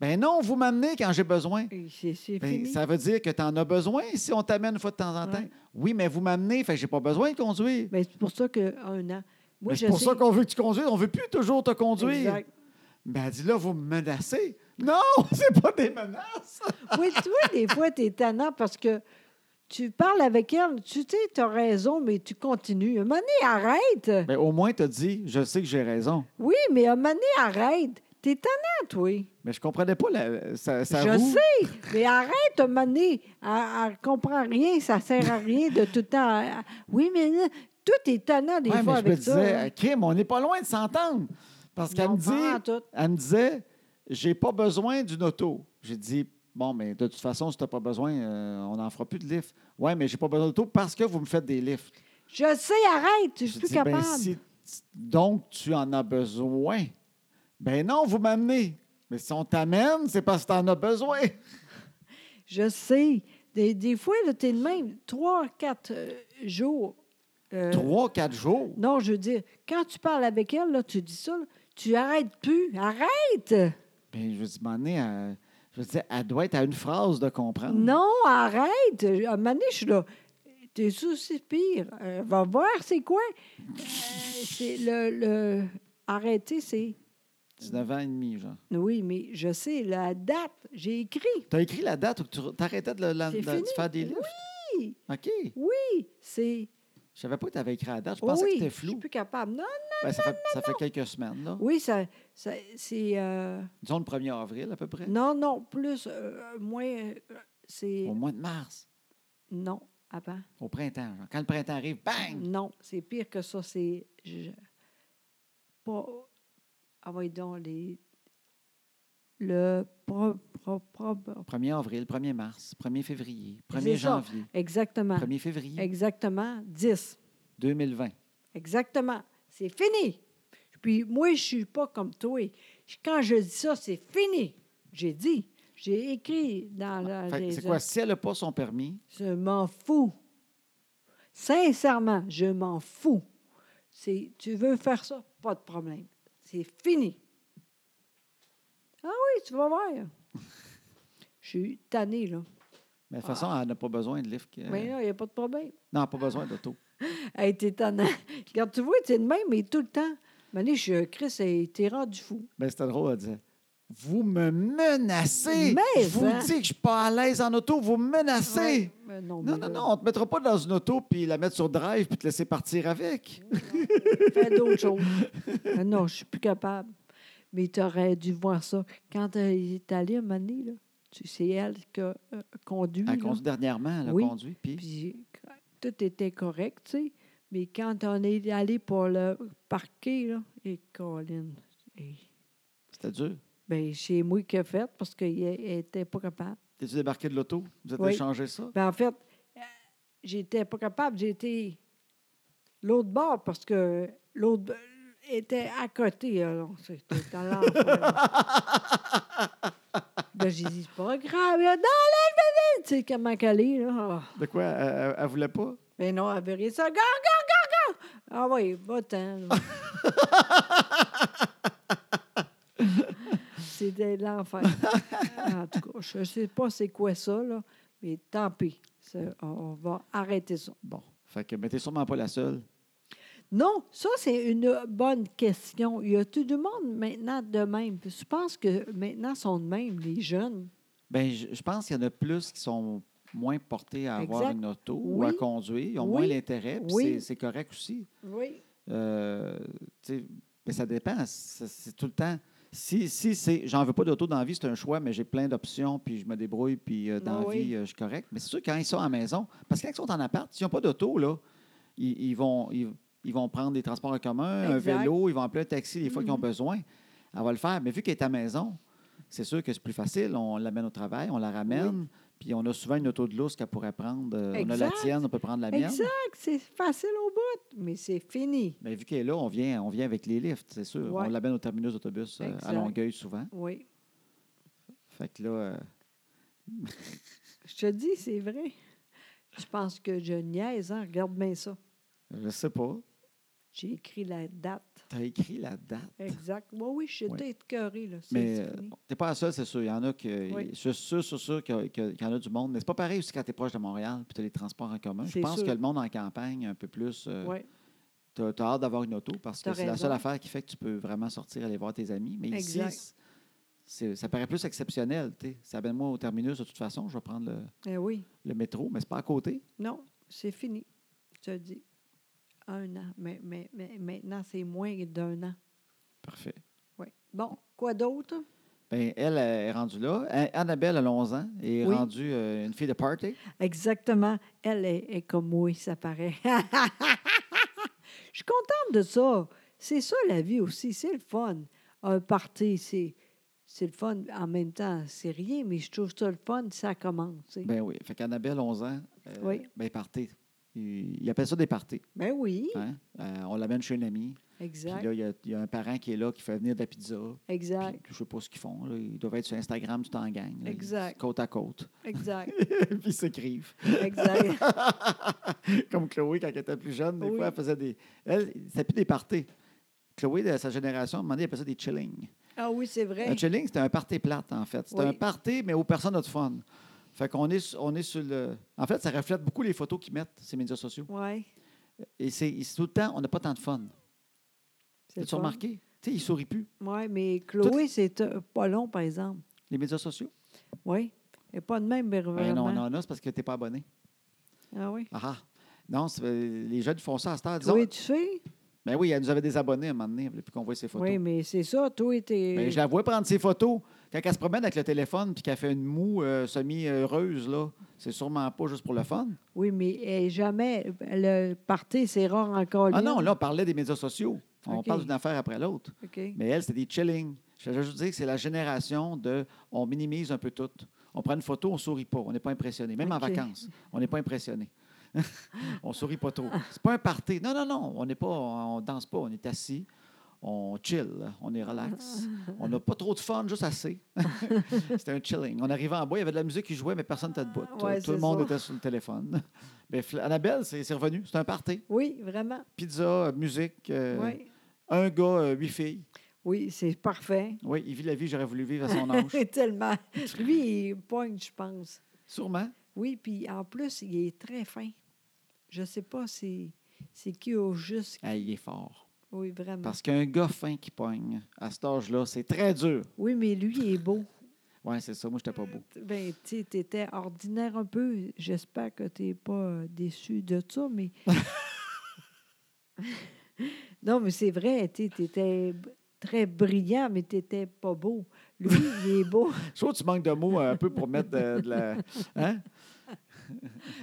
Speaker 2: Ben non, vous m'amenez quand j'ai besoin.
Speaker 1: Et C'est c'est
Speaker 2: Ben,
Speaker 1: fini.
Speaker 2: ça veut dire que tu en as besoin si on t'amène une fois de temps en temps.
Speaker 1: Ouais.
Speaker 2: Oui, mais vous m'amenez, fait que j'ai pas besoin de conduire.
Speaker 1: Ben, c'est pour ça qu'un an. Moi,
Speaker 2: Mais
Speaker 1: je
Speaker 2: c'est pour
Speaker 1: sais-
Speaker 2: ça qu'on veut que tu conduises. On veut plus toujours te conduire.
Speaker 1: Exact.
Speaker 2: Ben, elle dit là, vous me menacez. Non, c'est pas des menaces.
Speaker 1: Oui, tu vois, des fois, tu es tannant parce que tu parles avec elle, tu sais, tu as raison, mais tu continues. Un moment donné, arrête.
Speaker 2: Mais au moins, tu dit, je sais que j'ai raison.
Speaker 1: Oui, mais un moment donné, arrête. Tu es tannant, toi.
Speaker 2: Mais je comprenais pas la, sa, sa
Speaker 1: je
Speaker 2: roue.
Speaker 1: sais, mais arrête un moment donné. Elle ne comprend rien, ça sert à rien de tout le temps. à- à- Oui, mais là, tout est tannant des
Speaker 2: Ouais,
Speaker 1: fois
Speaker 2: mais je me
Speaker 1: avec ça.
Speaker 2: disais,
Speaker 1: hein.
Speaker 2: Ah, Kim, on n'est pas loin de s'entendre. Parce qu'elle
Speaker 1: Non,
Speaker 2: me
Speaker 1: pas en
Speaker 2: dit,
Speaker 1: tout.
Speaker 2: elle me disait, j'ai pas besoin d'une auto. J'ai dit, bon, mais de toute façon, si t'as pas besoin, euh, on n'en fera plus de lift. Ouais, mais j'ai pas besoin d'auto parce que vous me faites des lifts.
Speaker 1: Je sais, arrête, je suis
Speaker 2: J'ai
Speaker 1: plus
Speaker 2: dit,
Speaker 1: capable.
Speaker 2: Ben, si- donc, tu en as besoin. Ben non, vous m'amenez. Mais si on t'amène, c'est parce que t'en as besoin.
Speaker 1: Euh. Je sais. Des, des fois, tu es le même. Trois, quatre euh, jours. euh,
Speaker 2: Trois, quatre jours.
Speaker 1: Non, je veux dire, quand tu parles avec elle, là, tu dis ça, là, tu arrêtes plus. Arrête!
Speaker 2: Ben, je dis, m'en est à- Je veux dire, elle doit être à une phrase de comprendre.
Speaker 1: Non, arrête! À un moment donné, je suis là. Tes soucis pires. Euh, va voir, c'est quoi? Euh, c'est le, le- Arrêter, c'est
Speaker 2: 19 ans et demi, genre.
Speaker 1: Oui, mais je sais, la date, j'ai écrit.
Speaker 2: T'as écrit la date où tu t'arrêtais de, le- la-
Speaker 1: C'est
Speaker 2: de
Speaker 1: fini. Ben
Speaker 2: faire des livres?
Speaker 1: Oui!
Speaker 2: OK.
Speaker 1: Oui! C'est.
Speaker 2: Je savais pas que tu avais écrit la date. Je
Speaker 1: Oh
Speaker 2: pensais
Speaker 1: oui,
Speaker 2: que c'était
Speaker 1: Je suis
Speaker 2: flou.
Speaker 1: plus capable. Non,
Speaker 2: Ben, ça, fait, ça fait quelques semaines, là.
Speaker 1: oui, ça, ça- c'est. euh,
Speaker 2: Disons le 1er avril, à peu près.
Speaker 1: Non, non, plus, euh, moins. euh, c'est.
Speaker 2: Au mois de mars,
Speaker 1: Non, avant.
Speaker 2: au printemps. genre. Quand le printemps arrive, bang!
Speaker 1: Non, c'est pire que ça. C'est. je- Pas. Ah, oui, donc, les. Le. pro- pro- pro-
Speaker 2: 1er avril, 1er mars, 1er février, 1er
Speaker 1: C'est ça. Ah.
Speaker 2: janvier,
Speaker 1: Exactement.
Speaker 2: 1er février
Speaker 1: Exactement. 10.
Speaker 2: 2020.
Speaker 1: Exactement. C'est fini. Puis moi, je ne suis pas comme toi. Je- Quand je dis ça, c'est fini. J'ai dit. J'ai écrit dans la.
Speaker 2: Ah, Fait que
Speaker 1: les-
Speaker 2: C'est quoi? Si elle n'a pas son permis,
Speaker 1: Je m'en fous. Sincèrement, je m'en fous. C'est, tu veux faire ça, pas de problème. C'est fini. Ah oui, tu vas voir. Je suis tannée, là.
Speaker 2: ben, de toute façon, elle n'a pas besoin de livre. que-
Speaker 1: Mais Ah. là, il n'y a pas de problème.
Speaker 2: Non, pas besoin d'auto.
Speaker 1: Hey, t'es tannant. Regarde, tu vois, t'es de même, mais tout le temps. Mané, je Chris, hey, t'es rendu fou.
Speaker 2: Ben, c'était drôle, elle disait. Vous me menacez!
Speaker 1: Mais,
Speaker 2: je vous
Speaker 1: hein?
Speaker 2: dis que je suis pas à l'aise en auto, vous me menacez!
Speaker 1: Ouais, mais non,
Speaker 2: Non,
Speaker 1: mais
Speaker 2: non,
Speaker 1: là,
Speaker 2: non, on te mettra pas dans une auto puis la mettre sur drive puis te laisser partir avec.
Speaker 1: Fais d'autres choses. Ah non, je suis plus capable. Mais tu aurais dû voir ça. Quand elle est allée à un moment donné, là, tu sais, elle qui a euh, conduit.
Speaker 2: Elle
Speaker 1: là.
Speaker 2: conduit dernièrement, elle a
Speaker 1: Oui.
Speaker 2: conduit, puis
Speaker 1: Puis tout était correct, tu sais. Mais quand on est allé pour le parquet, là, et Colin, et-
Speaker 2: c'était dur.
Speaker 1: ben, c'est moi qui ai fait parce qu'elle n'était pas capable.
Speaker 2: T'es-tu débarqué de l'auto? Vous êtes
Speaker 1: Oui.
Speaker 2: échangé ça?
Speaker 1: Ben, en fait, euh, j'étais pas capable. J'étais l'autre bord parce que l'autre b- était à côté. alors, C'était dans l'enfer. ben, j'ai dit, c'est pas grave. là. Non, là, je vais Tu sais comment qu'elle est, là. Ah.
Speaker 2: De quoi? Elle, elle- elle voulait pas?
Speaker 1: Ben non, elle veut rien. Ça, go, go, go, go! Ah oui, va-t'en. là. C'était l'enfer. En tout cas, je sais pas c'est quoi ça, là, mais tant pis. Ça, On va arrêter ça.
Speaker 2: Bon. Fait que, mais t'es sûrement pas la seule.
Speaker 1: Non, ça, c'est une bonne question. Il y a tout le monde maintenant de même. Je pense que maintenant sont de même, les jeunes.
Speaker 2: Ben, je, je pense qu'il y en a plus qui sont moins portés à avoir
Speaker 1: Exact.
Speaker 2: une auto ou à
Speaker 1: Oui.
Speaker 2: conduire. Ils ont
Speaker 1: Oui.
Speaker 2: moins l'intérêt, puis
Speaker 1: Oui.
Speaker 2: c'est- c'est correct aussi.
Speaker 1: Oui.
Speaker 2: Euh, tu sais, mais ça dépend. Ça- C'est tout le temps. Si, si c'est j'en veux pas d'auto dans la vie, c'est un choix, mais j'ai plein d'options, puis je me débrouille, puis euh, dans
Speaker 1: Ah
Speaker 2: la
Speaker 1: oui.
Speaker 2: vie, euh, je suis correct. Mais c'est sûr, quand ils sont à la maison, parce que quand ils sont en appart, s'ils n'ont pas d'auto, là, ils, ils vont, ils, ils vont prendre des transports en commun,
Speaker 1: Exact. Mm-hmm.
Speaker 2: un vélo, ils vont appeler un taxi les fois qu'ils ont besoin. Elle va le faire. Mais vu qu'elle est à la maison, c'est sûr que c'est plus facile. On l'amène au travail, on la ramène, puis on a souvent une auto de lousse qu'elle pourrait prendre. Euh, On a la
Speaker 1: Exact.
Speaker 2: tienne, on peut prendre la mienne.
Speaker 1: Exact, c'est facile au bout, mais c'est fini.
Speaker 2: Mais vu qu'elle est là, on vient, on vient avec les lifts, c'est sûr.
Speaker 1: Ouais.
Speaker 2: On l'amène au terminus d'autobus euh,
Speaker 1: Exact.
Speaker 2: à Longueuil souvent.
Speaker 1: Oui.
Speaker 2: Fait que là, euh,
Speaker 1: Je te dis, c'est vrai. Je pense que je niaise, hein? Regarde bien ça.
Speaker 2: je sais pas.
Speaker 1: J'ai écrit la date.
Speaker 2: T'as écrit la date.
Speaker 1: Exact. Oui, oui, je suis
Speaker 2: Ouais.
Speaker 1: écœurée, là. C'est
Speaker 2: Mais
Speaker 1: fini.
Speaker 2: euh, t'es pas la seule, c'est sûr. Il y en a que.
Speaker 1: Oui.
Speaker 2: Je suis sûr, sûr, sûr que- que- qu'il y en a du monde. Mais c'est pas pareil aussi quand t'es proche de Montréal puis t'as les transports en commun. Je
Speaker 1: C'est
Speaker 2: pense
Speaker 1: sûr.
Speaker 2: que le monde en campagne, un peu plus, euh,
Speaker 1: Ouais.
Speaker 2: t'as t'as hâte d'avoir une auto parce que
Speaker 1: T'as
Speaker 2: c'est la
Speaker 1: raison.
Speaker 2: seule affaire qui fait que tu peux vraiment sortir, aller voir tes amis. Mais ici,
Speaker 1: Exact.
Speaker 2: c'est- c'est- ça paraît plus exceptionnel. tu sais. Amène-moi au terminus de toute façon, je vais prendre le,
Speaker 1: Eh oui.
Speaker 2: le métro, mais c'est pas à côté.
Speaker 1: Non, c'est fini. Je te dis. Un an. Mais, mais, mais maintenant, c'est moins d'un an.
Speaker 2: Parfait.
Speaker 1: Oui. Bon, quoi d'autre?
Speaker 2: Ben, elle elle est rendue là. A- Annabelle a 11 ans et est
Speaker 1: Oui.
Speaker 2: rendue euh, une fille de party.
Speaker 1: Exactement. Elle est, est comme moi, ça paraît. Je suis contente de ça. C'est ça, la vie aussi. C'est le fun. Un party, c'est, c'est le fun. En même temps, c'est rien, mais je trouve ça le fun. Ça commence. tu sais. Ben,
Speaker 2: Ben oui. Fait qu'Annabelle, 11 ans, euh,
Speaker 1: Oui.
Speaker 2: ben, party. Ils ils appellent ça des parties.
Speaker 1: oui.
Speaker 2: hein. Euh, on l'amène chez une amie. Puis
Speaker 1: Exact.
Speaker 2: là, il y, a- il y a un parent qui est là qui fait venir de la pizza.
Speaker 1: Exact.
Speaker 2: Puis, je sais pas ce qu'ils font. là. Ils doivent être sur Instagram tout en gang. là. Ils-
Speaker 1: Exact.
Speaker 2: Côte à côte.
Speaker 1: Exact.
Speaker 2: Puis ils s'écrivent.
Speaker 1: exact.
Speaker 2: Comme Chloé, quand elle était plus jeune, des
Speaker 1: Oui.
Speaker 2: fois, elle faisait des. Elle, c'était plus des parties. Chloé, de sa génération, à un moment donné, elle appelait ça des chillings.
Speaker 1: Ah oui, c'est
Speaker 2: Un
Speaker 1: vrai.
Speaker 2: chilling, c'était un party plate, en fait. C'était
Speaker 1: Oui.
Speaker 2: un party, mais où personne n'a de fun. Fait qu'on est, su- on est sur le. En fait, ça reflète beaucoup les photos qu'ils mettent, ces médias sociaux.
Speaker 1: Oui.
Speaker 2: Et c'est c'est tout le temps, on n'a pas tant de fun.
Speaker 1: C'est le
Speaker 2: As-tu
Speaker 1: fun.
Speaker 2: remarqué? Tu sais, il sourit plus.
Speaker 1: Oui, mais Chloé, c'est euh, pas long, par exemple.
Speaker 2: Les médias sociaux?
Speaker 1: Oui. Et pas de même, mais
Speaker 2: Ben non,
Speaker 1: vraiment.
Speaker 2: non, non, c'est parce que tu n'es pas abonné.
Speaker 1: Ah oui.
Speaker 2: Ah ah. Non, c'est- les jeunes font ça à cette heure. Disons,
Speaker 1: Toi, tu sais?
Speaker 2: Ben oui, elle nous avait désabonnés à un moment donné, depuis qu'on voit ses photos.
Speaker 1: Oui, mais c'est ça. Toi, t'es.
Speaker 2: Ben, je la vois prendre ses photos. Quand elle se promène avec le téléphone puis qu'elle fait une moue euh, semi-heureuse, là, c'est sûrement pas juste pour le fun.
Speaker 1: Oui, mais elle est jamais. Le party, c'est rare encore.
Speaker 2: Ah non, là, on parlait des médias sociaux. On
Speaker 1: OK.
Speaker 2: parle d'une affaire après l'autre.
Speaker 1: OK.
Speaker 2: Mais elle, c'était des chilling. Je veux juste dire que c'est la génération de on minimise un peu tout. On prend une photo, on sourit pas, on n'est pas impressionné. Même en
Speaker 1: OK.
Speaker 2: vacances, on n'est pas impressionné. on sourit pas trop. C'est pas un party. Non, non, non. On n'est pas, on danse pas, on est assis. On chill, on est relax. On n'a pas trop de fun, juste assez. C'était un chilling. On arrivait en bas, il y avait de la musique qui jouait, mais personne n'était debout.
Speaker 1: Ah, ouais,
Speaker 2: Tout le
Speaker 1: c'est
Speaker 2: monde
Speaker 1: ça.
Speaker 2: était sur le téléphone. Mais Fla- Annabelle, c'est c'est revenu. C'est un party.
Speaker 1: Oui, vraiment.
Speaker 2: Pizza, musique, euh,
Speaker 1: Oui.
Speaker 2: un gars, euh, huit filles.
Speaker 1: Oui, c'est parfait.
Speaker 2: Oui, il vit la vie que j'aurais voulu vivre à son âge.
Speaker 1: Tellement. Lui, il pogne, je pense.
Speaker 2: Sûrement.
Speaker 1: Oui, puis en plus, il est très fin. Je sais pas si c'est qui au juste.
Speaker 2: Ah, il est fort.
Speaker 1: Oui, vraiment.
Speaker 2: Parce qu'un gars fin qui pogne à cet âge-là, c'est très dur.
Speaker 1: Oui, mais lui, il est beau.
Speaker 2: Oui, c'est ça. Moi, j'étais pas beau.
Speaker 1: Ben, tu sais, t'étais ordinaire un peu. J'espère que t'es pas euh, déçu de ça, mais. non, mais c'est vrai, tu étais très brillant, mais t'étais pas beau. Lui, il est beau.
Speaker 2: Je trouve que tu manques de mots euh, un peu pour mettre de, de la. Hein?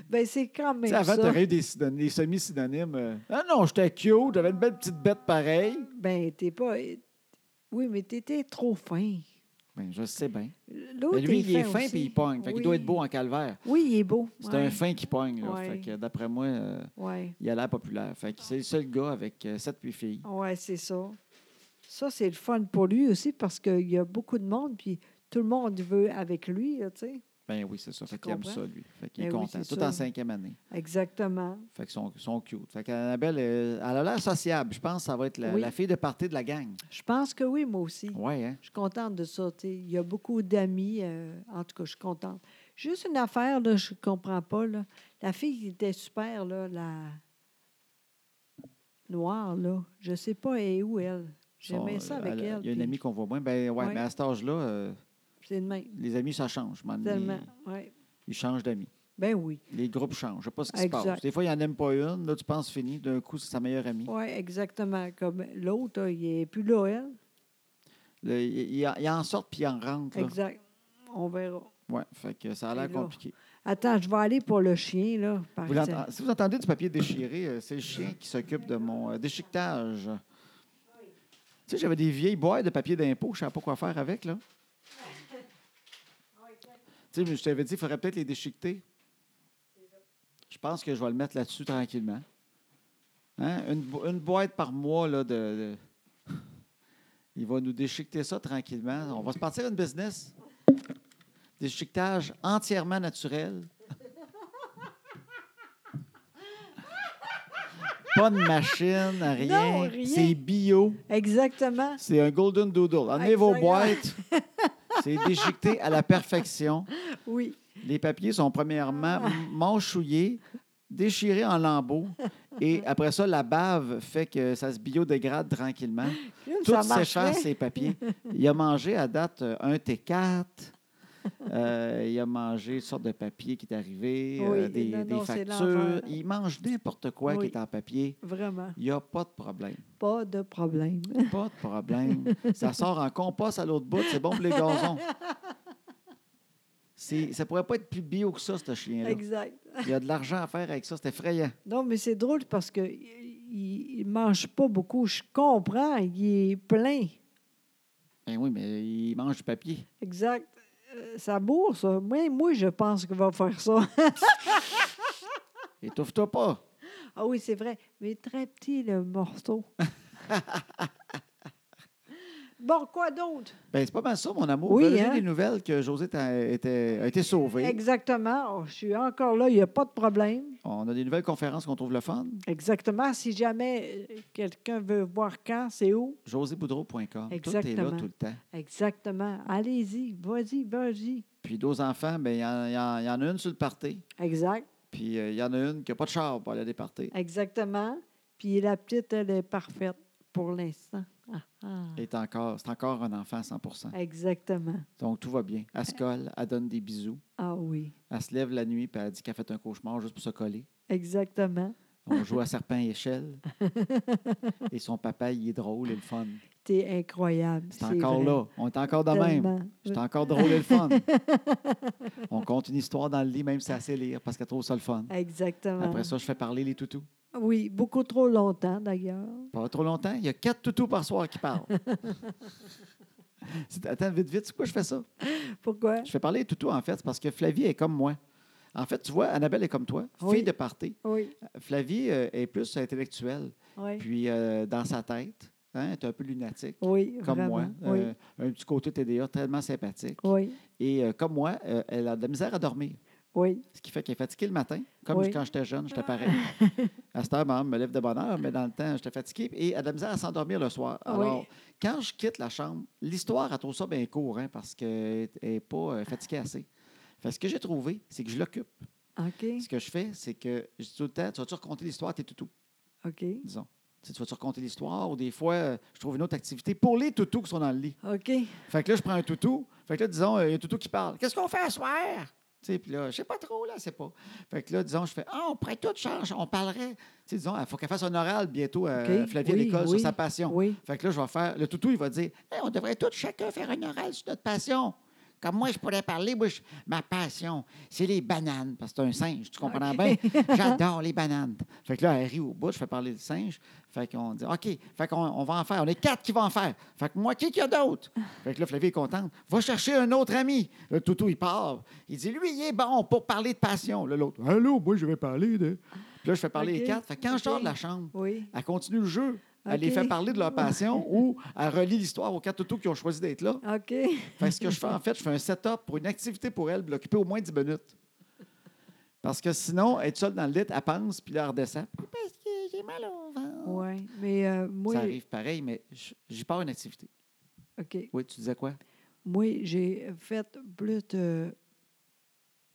Speaker 1: Ben, c'est quand
Speaker 2: Tu
Speaker 1: même
Speaker 2: sais, avant, tu
Speaker 1: ça.
Speaker 2: aurais eu des, synony- des semi-synonymes. euh, Ah non, j'étais cute, j'avais une belle petite bête pareille.
Speaker 1: Ben, t'es pas. Oui, mais t'étais trop fin.
Speaker 2: Ben, je sais bien.
Speaker 1: L'autre,
Speaker 2: Mais Ben, lui, il est fin
Speaker 1: aussi.
Speaker 2: puis il pogne. Fait qu'il
Speaker 1: Oui.
Speaker 2: doit être beau en calvaire.
Speaker 1: Oui, il est beau.
Speaker 2: C'est
Speaker 1: ouais,
Speaker 2: un fin qui pogne. là.
Speaker 1: Ouais.
Speaker 2: Fait que d'après moi, euh,
Speaker 1: Ouais,
Speaker 2: il a l'air populaire. Fait que c'est le seul gars avec 7-8 filles.
Speaker 1: ouais c'est ça. Ça, c'est le fun pour lui aussi parce qu'il y a beaucoup de monde, puis tout le monde veut avec lui, là, tu sais.
Speaker 2: Ben oui, c'est ça.
Speaker 1: Tu
Speaker 2: Fait qu'il aime
Speaker 1: comprends?
Speaker 2: ça, lui. Fait qu'il est
Speaker 1: Ben oui,
Speaker 2: content.
Speaker 1: c'est
Speaker 2: Tout
Speaker 1: ça.
Speaker 2: en cinquième année.
Speaker 1: Exactement.
Speaker 2: Fait qu'ils sont, sont cute. Fait qu'Annabelle, euh, elle a l'air sociable. Je pense que ça va être la,
Speaker 1: Oui.
Speaker 2: la fille de partie de la gang.
Speaker 1: Je pense que oui, moi aussi.
Speaker 2: Oui, hein?
Speaker 1: Je suis contente de ça. tu sais. Il y a beaucoup d'amis. euh, en tout cas, je suis contente. Juste une affaire, là, je ne comprends pas. là. La fille qui était super, là, la noire, là. Je ne sais pas elle est où elle. J'aimais
Speaker 2: Son-
Speaker 1: ça avec
Speaker 2: elle-
Speaker 1: elle.
Speaker 2: Il y a une
Speaker 1: puis
Speaker 2: amie qu'on voit moins. Ben ouais,
Speaker 1: Ouais.
Speaker 2: mais à cet âge-là, euh,
Speaker 1: C'est de même.
Speaker 2: les amis, ça change. Man,
Speaker 1: Tellement.
Speaker 2: Ils,
Speaker 1: ouais.
Speaker 2: ils changent d'amis.
Speaker 1: Ben oui.
Speaker 2: Les groupes changent. Je sais pas ce qui se
Speaker 1: Exact.
Speaker 2: passe. Des fois, il n'en aime pas une. Là, tu penses fini. D'un coup, c'est sa meilleure amie.
Speaker 1: Oui, exactement. Comme l'autre, là, il n'est plus là, elle.
Speaker 2: Là, il, il- il en sort puis il en rentre. là.
Speaker 1: Exact. On verra.
Speaker 2: Ouais, fait que ça a
Speaker 1: Et
Speaker 2: l'air
Speaker 1: là,
Speaker 2: compliqué.
Speaker 1: Attends, je vais aller pour le chien, là. Par
Speaker 2: Vous
Speaker 1: exemple.
Speaker 2: l'entend- si vous entendez du papier déchiré, euh, c'est le chien qui s'occupe de mon euh, déchiquetage. Tu sais, j'avais des vieilles boîtes de papier d'impôt, je ne savais pas quoi faire avec, là. Tu sais, mais je t'avais dit qu'il faudrait peut-être les déchiqueter. Je pense que je vais le mettre là-dessus tranquillement. Hein? Une, bo- une boîte par mois, là, de, de- Il va nous déchiqueter ça tranquillement. On va se partir une business. Déchiquetage entièrement naturel. Pas de machine, rien.
Speaker 1: Non, rien.
Speaker 2: C'est bio.
Speaker 1: Exactement.
Speaker 2: C'est un golden doodle. Amenez vos boîtes.
Speaker 1: Exact.
Speaker 2: C'est déchiqueté à la perfection.
Speaker 1: Oui.
Speaker 2: Les papiers sont premièrement
Speaker 1: Ah.
Speaker 2: m- manchouillés, déchirés en lambeaux. Et après ça, la bave fait que ça se biodégrade tranquillement. Tout
Speaker 1: ça
Speaker 2: s'efface,
Speaker 1: marcherait.
Speaker 2: ces papiers. Il a mangé à date euh, un T4. Euh, il a mangé une sorte de papier qui est arrivé,
Speaker 1: Oui,
Speaker 2: euh, des,
Speaker 1: non,
Speaker 2: des
Speaker 1: non, c'est
Speaker 2: factures.
Speaker 1: l'enfer.
Speaker 2: Il mange n'importe quoi qui
Speaker 1: Oui.
Speaker 2: est en papier.
Speaker 1: Vraiment.
Speaker 2: Il n'y a pas de problème.
Speaker 1: Pas de problème.
Speaker 2: Pas de problème. Ça sort en compost à l'autre bout, c'est bon pour les gazons. C'est- Ça pourrait pas être plus bio que ça, ce chien-là.
Speaker 1: Exact.
Speaker 2: Il y a de l'argent à faire avec ça, c'est effrayant.
Speaker 1: Non, mais c'est drôle parce que il ne mange pas beaucoup. Je comprends. Il est plein.
Speaker 2: Ben oui, mais il mange du papier.
Speaker 1: Exact. Euh, Ça bourre, ça. Moi, moi, je pense qu'il va faire ça.
Speaker 2: Étouffe-toi pas.
Speaker 1: Ah oui, c'est vrai. Mais très petit, le morceau. bon, quoi d'autre?
Speaker 2: Ben, c'est pas mal ça, mon amour.
Speaker 1: Oui,
Speaker 2: Vous avez
Speaker 1: hein?
Speaker 2: des nouvelles que José t'a- était- a été sauvée.
Speaker 1: Exactement. Oh, je suis encore là, il n'y a pas de problème.
Speaker 2: On a des nouvelles conférences qu'on trouve le fun.
Speaker 1: Exactement. Si jamais euh, quelqu'un veut voir quand, c'est où?
Speaker 2: joséboudreau.com. Tout est là
Speaker 1: Exactement.
Speaker 2: tout le temps.
Speaker 1: Exactement. Allez-y, vas-y, vas-y.
Speaker 2: Puis deux enfants, ben, il y, en- il y en- il y en a une sur le party.
Speaker 1: Exact.
Speaker 2: Puis euh, il y en a une qui n'a pas de char pour aller à des parties.
Speaker 1: Exactement. Puis la petite, elle est parfaite pour l'instant. Ah. Ah,
Speaker 2: est encore, c'est encore un enfant à 100
Speaker 1: exactement.
Speaker 2: Donc, tout va bien. Elle se colle, elle donne des bisous.
Speaker 1: Ah oui,
Speaker 2: Elle se lève la nuit puis elle dit qu'elle a fait un cauchemar juste pour se coller.
Speaker 1: exactement.
Speaker 2: On joue à serpent et échelle. Et son papa, il est drôle et le fun.
Speaker 1: T'es incroyable.
Speaker 2: C'est encore là. On est encore de même. C'est
Speaker 1: même.
Speaker 2: encore drôle et le fun. On compte une histoire dans le lit, même si elle sait lire, parce qu'elle trouve ça le fun.
Speaker 1: Exactement.
Speaker 2: Après ça, je fais parler les toutous.
Speaker 1: Oui, beaucoup trop longtemps d'ailleurs.
Speaker 2: Pas trop longtemps. Il y a quatre toutous par soir qui parlent. C'est- Attends, vite, vite, c'est quoi je fais ça?
Speaker 1: Pourquoi?
Speaker 2: Je fais parler les toutous, en fait, c'est parce que Flavie est comme moi. En fait, tu vois, Annabelle est comme toi, fille
Speaker 1: Oui.
Speaker 2: de party.
Speaker 1: Oui,
Speaker 2: Flavie euh, est plus intellectuelle.
Speaker 1: oui.
Speaker 2: Puis euh, dans sa tête, hein, elle est un peu lunatique,
Speaker 1: Oui,
Speaker 2: comme
Speaker 1: vraiment.
Speaker 2: moi. Euh, un petit côté TDA tellement sympathique.
Speaker 1: Oui,
Speaker 2: Et euh, comme moi, euh, elle a de la misère à dormir.
Speaker 1: oui,
Speaker 2: Ce qui fait qu'elle est fatiguée le matin, comme
Speaker 1: Oui.
Speaker 2: quand j'étais jeune, j'étais pareil. à cette heure, maman me lève de bonne heure, mais dans le temps, j'étais fatiguée et elle a de la misère à s'endormir le soir.
Speaker 1: Oui.
Speaker 2: Alors, quand je quitte la chambre, l'histoire, elle trouve ça bien court, hein, parce qu'elle n'est pas euh, fatiguée assez. Fait que ce que j'ai trouvé, c'est que je l'occupe.
Speaker 1: oui. OK,
Speaker 2: Ce que je fais, c'est que je dis tout le temps, tu vas-tu raconter l'histoire à tes toutous?
Speaker 1: OK.
Speaker 2: disons. Tu sais, tu vas-tu raconter l'histoire ou des fois, euh, je trouve une autre activité pour les toutous qui sont dans le lit.
Speaker 1: OK.
Speaker 2: Fait que là, je prends un toutou. Fait que là, disons, euh, il y a un toutou qui parle. Qu'est-ce qu'on fait à soir? Tu sais, puis là, je sais pas trop, là, c'est pas. Fait que là, disons, je fais, ah, on pourrait tout changer, on parlerait. Tu sais, disons, il faut qu'elle fasse un oral bientôt à
Speaker 1: OK,
Speaker 2: Flavie à
Speaker 1: oui,
Speaker 2: l'école sur
Speaker 1: oui,
Speaker 2: sa passion.
Speaker 1: Oui,
Speaker 2: Fait que là, je vais faire. Le toutou, il va dire Hey, on devrait tous chacun faire un oral sur notre passion. Comme moi, je pourrais parler, moi, je- ma passion, c'est les bananes, parce que c'est un singe, tu comprends bien? J'adore les bananes. Fait que là, elle rit au bout, je fais parler le singe. Fait qu'on dit, OK, fait qu'on on va en faire. On est quatre qui vont en faire. Fait que moi, qui qu'il y a d'autres? Fait que là, Flavie est contente. Va chercher un autre ami. Le toutou, il part. Il dit, lui, il est bon pour parler de passion. Là, l'autre, Allô, moi, je vais parler de. Puis là, je fais parler les
Speaker 1: OK,
Speaker 2: quatre. Fait que quand je
Speaker 1: OK.
Speaker 2: sors de la chambre,
Speaker 1: oui.
Speaker 2: elle continue le jeu. Elle les
Speaker 1: OK.
Speaker 2: fait parler de leur passion ou elle relie l'histoire aux quatre toutous qui ont choisi d'être là.
Speaker 1: OK.
Speaker 2: Fait que ce que je fais, en fait, je fais un setup pour une activité pour elle, puis l'occuper au moins 10 minutes. Parce que sinon, elle est seule dans le lit, elle pense, puis là, elle redescend. Parce que j'ai mal au ventre.
Speaker 1: Oui, mais euh, moi,
Speaker 2: Ça arrive pareil, mais j- j'y pars une activité.
Speaker 1: OK.
Speaker 2: Oui, tu disais quoi?
Speaker 1: Moi, j'ai fait plus de.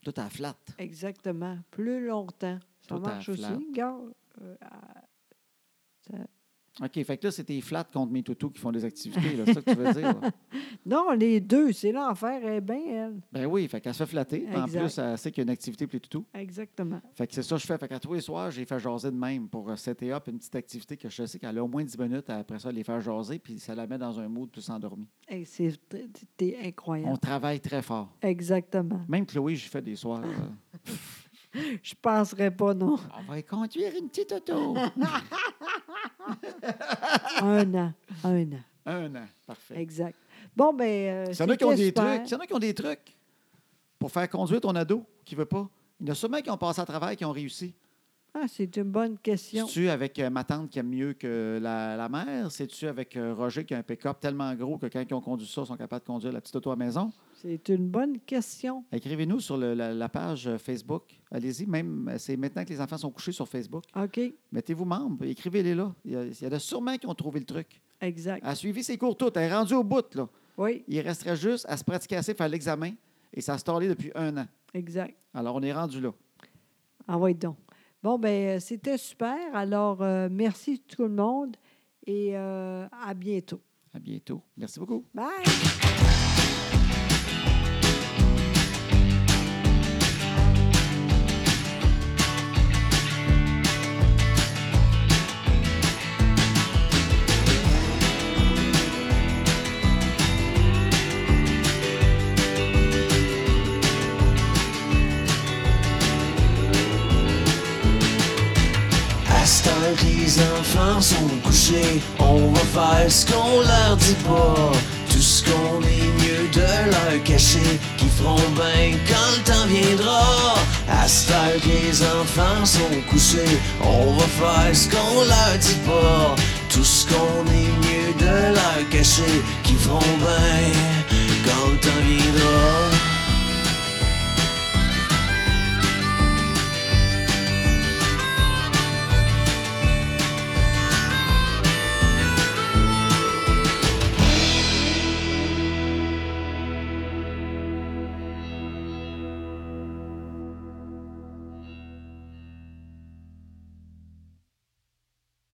Speaker 2: Tout à flatte.
Speaker 1: Exactement, plus longtemps. Ça
Speaker 2: Tout à
Speaker 1: marche aussi,
Speaker 2: flat.
Speaker 1: regarde. Euh, à-
Speaker 2: OK, fait que là, c'est tes flattes contre mes toutous qui font des activités, là, c'est ça que tu veux dire? là.
Speaker 1: Non, les deux, c'est l'enfer, elle est bien,
Speaker 2: Ben oui, fait qu'elle se fait flatter. puis En
Speaker 1: Exact.
Speaker 2: plus, elle sait qu'il y a une activité pour les toutous.
Speaker 1: elle. Exactement.
Speaker 2: Fait que c'est ça que je fais. Fait qu'à tous les soirs, j'ai fait jaser de même pour euh, setter up une petite activité que je sais qu'elle a au moins 10 minutes après ça, les faire jaser, puis ça la met dans un mood plus endormi.
Speaker 1: Hey, c'est tr- t'es
Speaker 2: On
Speaker 1: incroyable.
Speaker 2: travaille très fort.
Speaker 1: Exactement.
Speaker 2: Même Chloé, j'ai fait des soirs. euh,
Speaker 1: Je penserais pas, non.
Speaker 2: on va y conduire une petite auto.
Speaker 1: Un an, un an.
Speaker 2: un an. Parfait.
Speaker 1: Exact. Bon, ben. euh,
Speaker 2: Il y en a qui ont
Speaker 1: c'était
Speaker 2: des
Speaker 1: super.
Speaker 2: trucs. Il y en a qui ont des trucs pour faire conduire ton ado qui veut pas. Il y en a sûrement qui ont passé à travers qui ont réussi.
Speaker 1: Ah, c'est une bonne question.
Speaker 2: C'est-tu avec euh, ma tante qui aime mieux que la, la mère? C'est-tu avec euh, Roger qui a un pick-up tellement gros que quand ils ont conduit ça, ils sont capables de conduire la petite auto à la maison?
Speaker 1: C'est une bonne question.
Speaker 2: Écrivez-nous sur le- la, la page euh, Facebook. Allez-y, même, euh, c'est maintenant que les enfants sont couchés sur Facebook.
Speaker 1: OK,
Speaker 2: Mettez-vous membre, écrivez-les là. Il y, a, il y en a sûrement qui ont trouvé le truc.
Speaker 1: exact.
Speaker 2: Elle a suivi ses cours toutes, elle est rendue au bout. Là.
Speaker 1: Oui,
Speaker 2: Il resterait juste à se pratiquer assez, faire l'examen, et ça se torlait depuis un an.
Speaker 1: exact.
Speaker 2: Alors, on est rendu là.
Speaker 1: Envoyez Ah donc. Bon, ben, euh, c'était super. Alors, euh, merci tout le monde et euh, à bientôt.
Speaker 2: À bientôt. Merci beaucoup.
Speaker 1: Bye!
Speaker 3: À ce temps que les enfants sont couchés, on va faire ce qu'on leur dit pas. Tout ce qu'on est mieux de leur cacher, qui feront bien quand le temps viendra. À ce temps que les enfants sont couchés, on va faire ce qu'on leur dit pas. Tout ce qu'on est mieux de leur cacher, qui feront bien quand le temps viendra.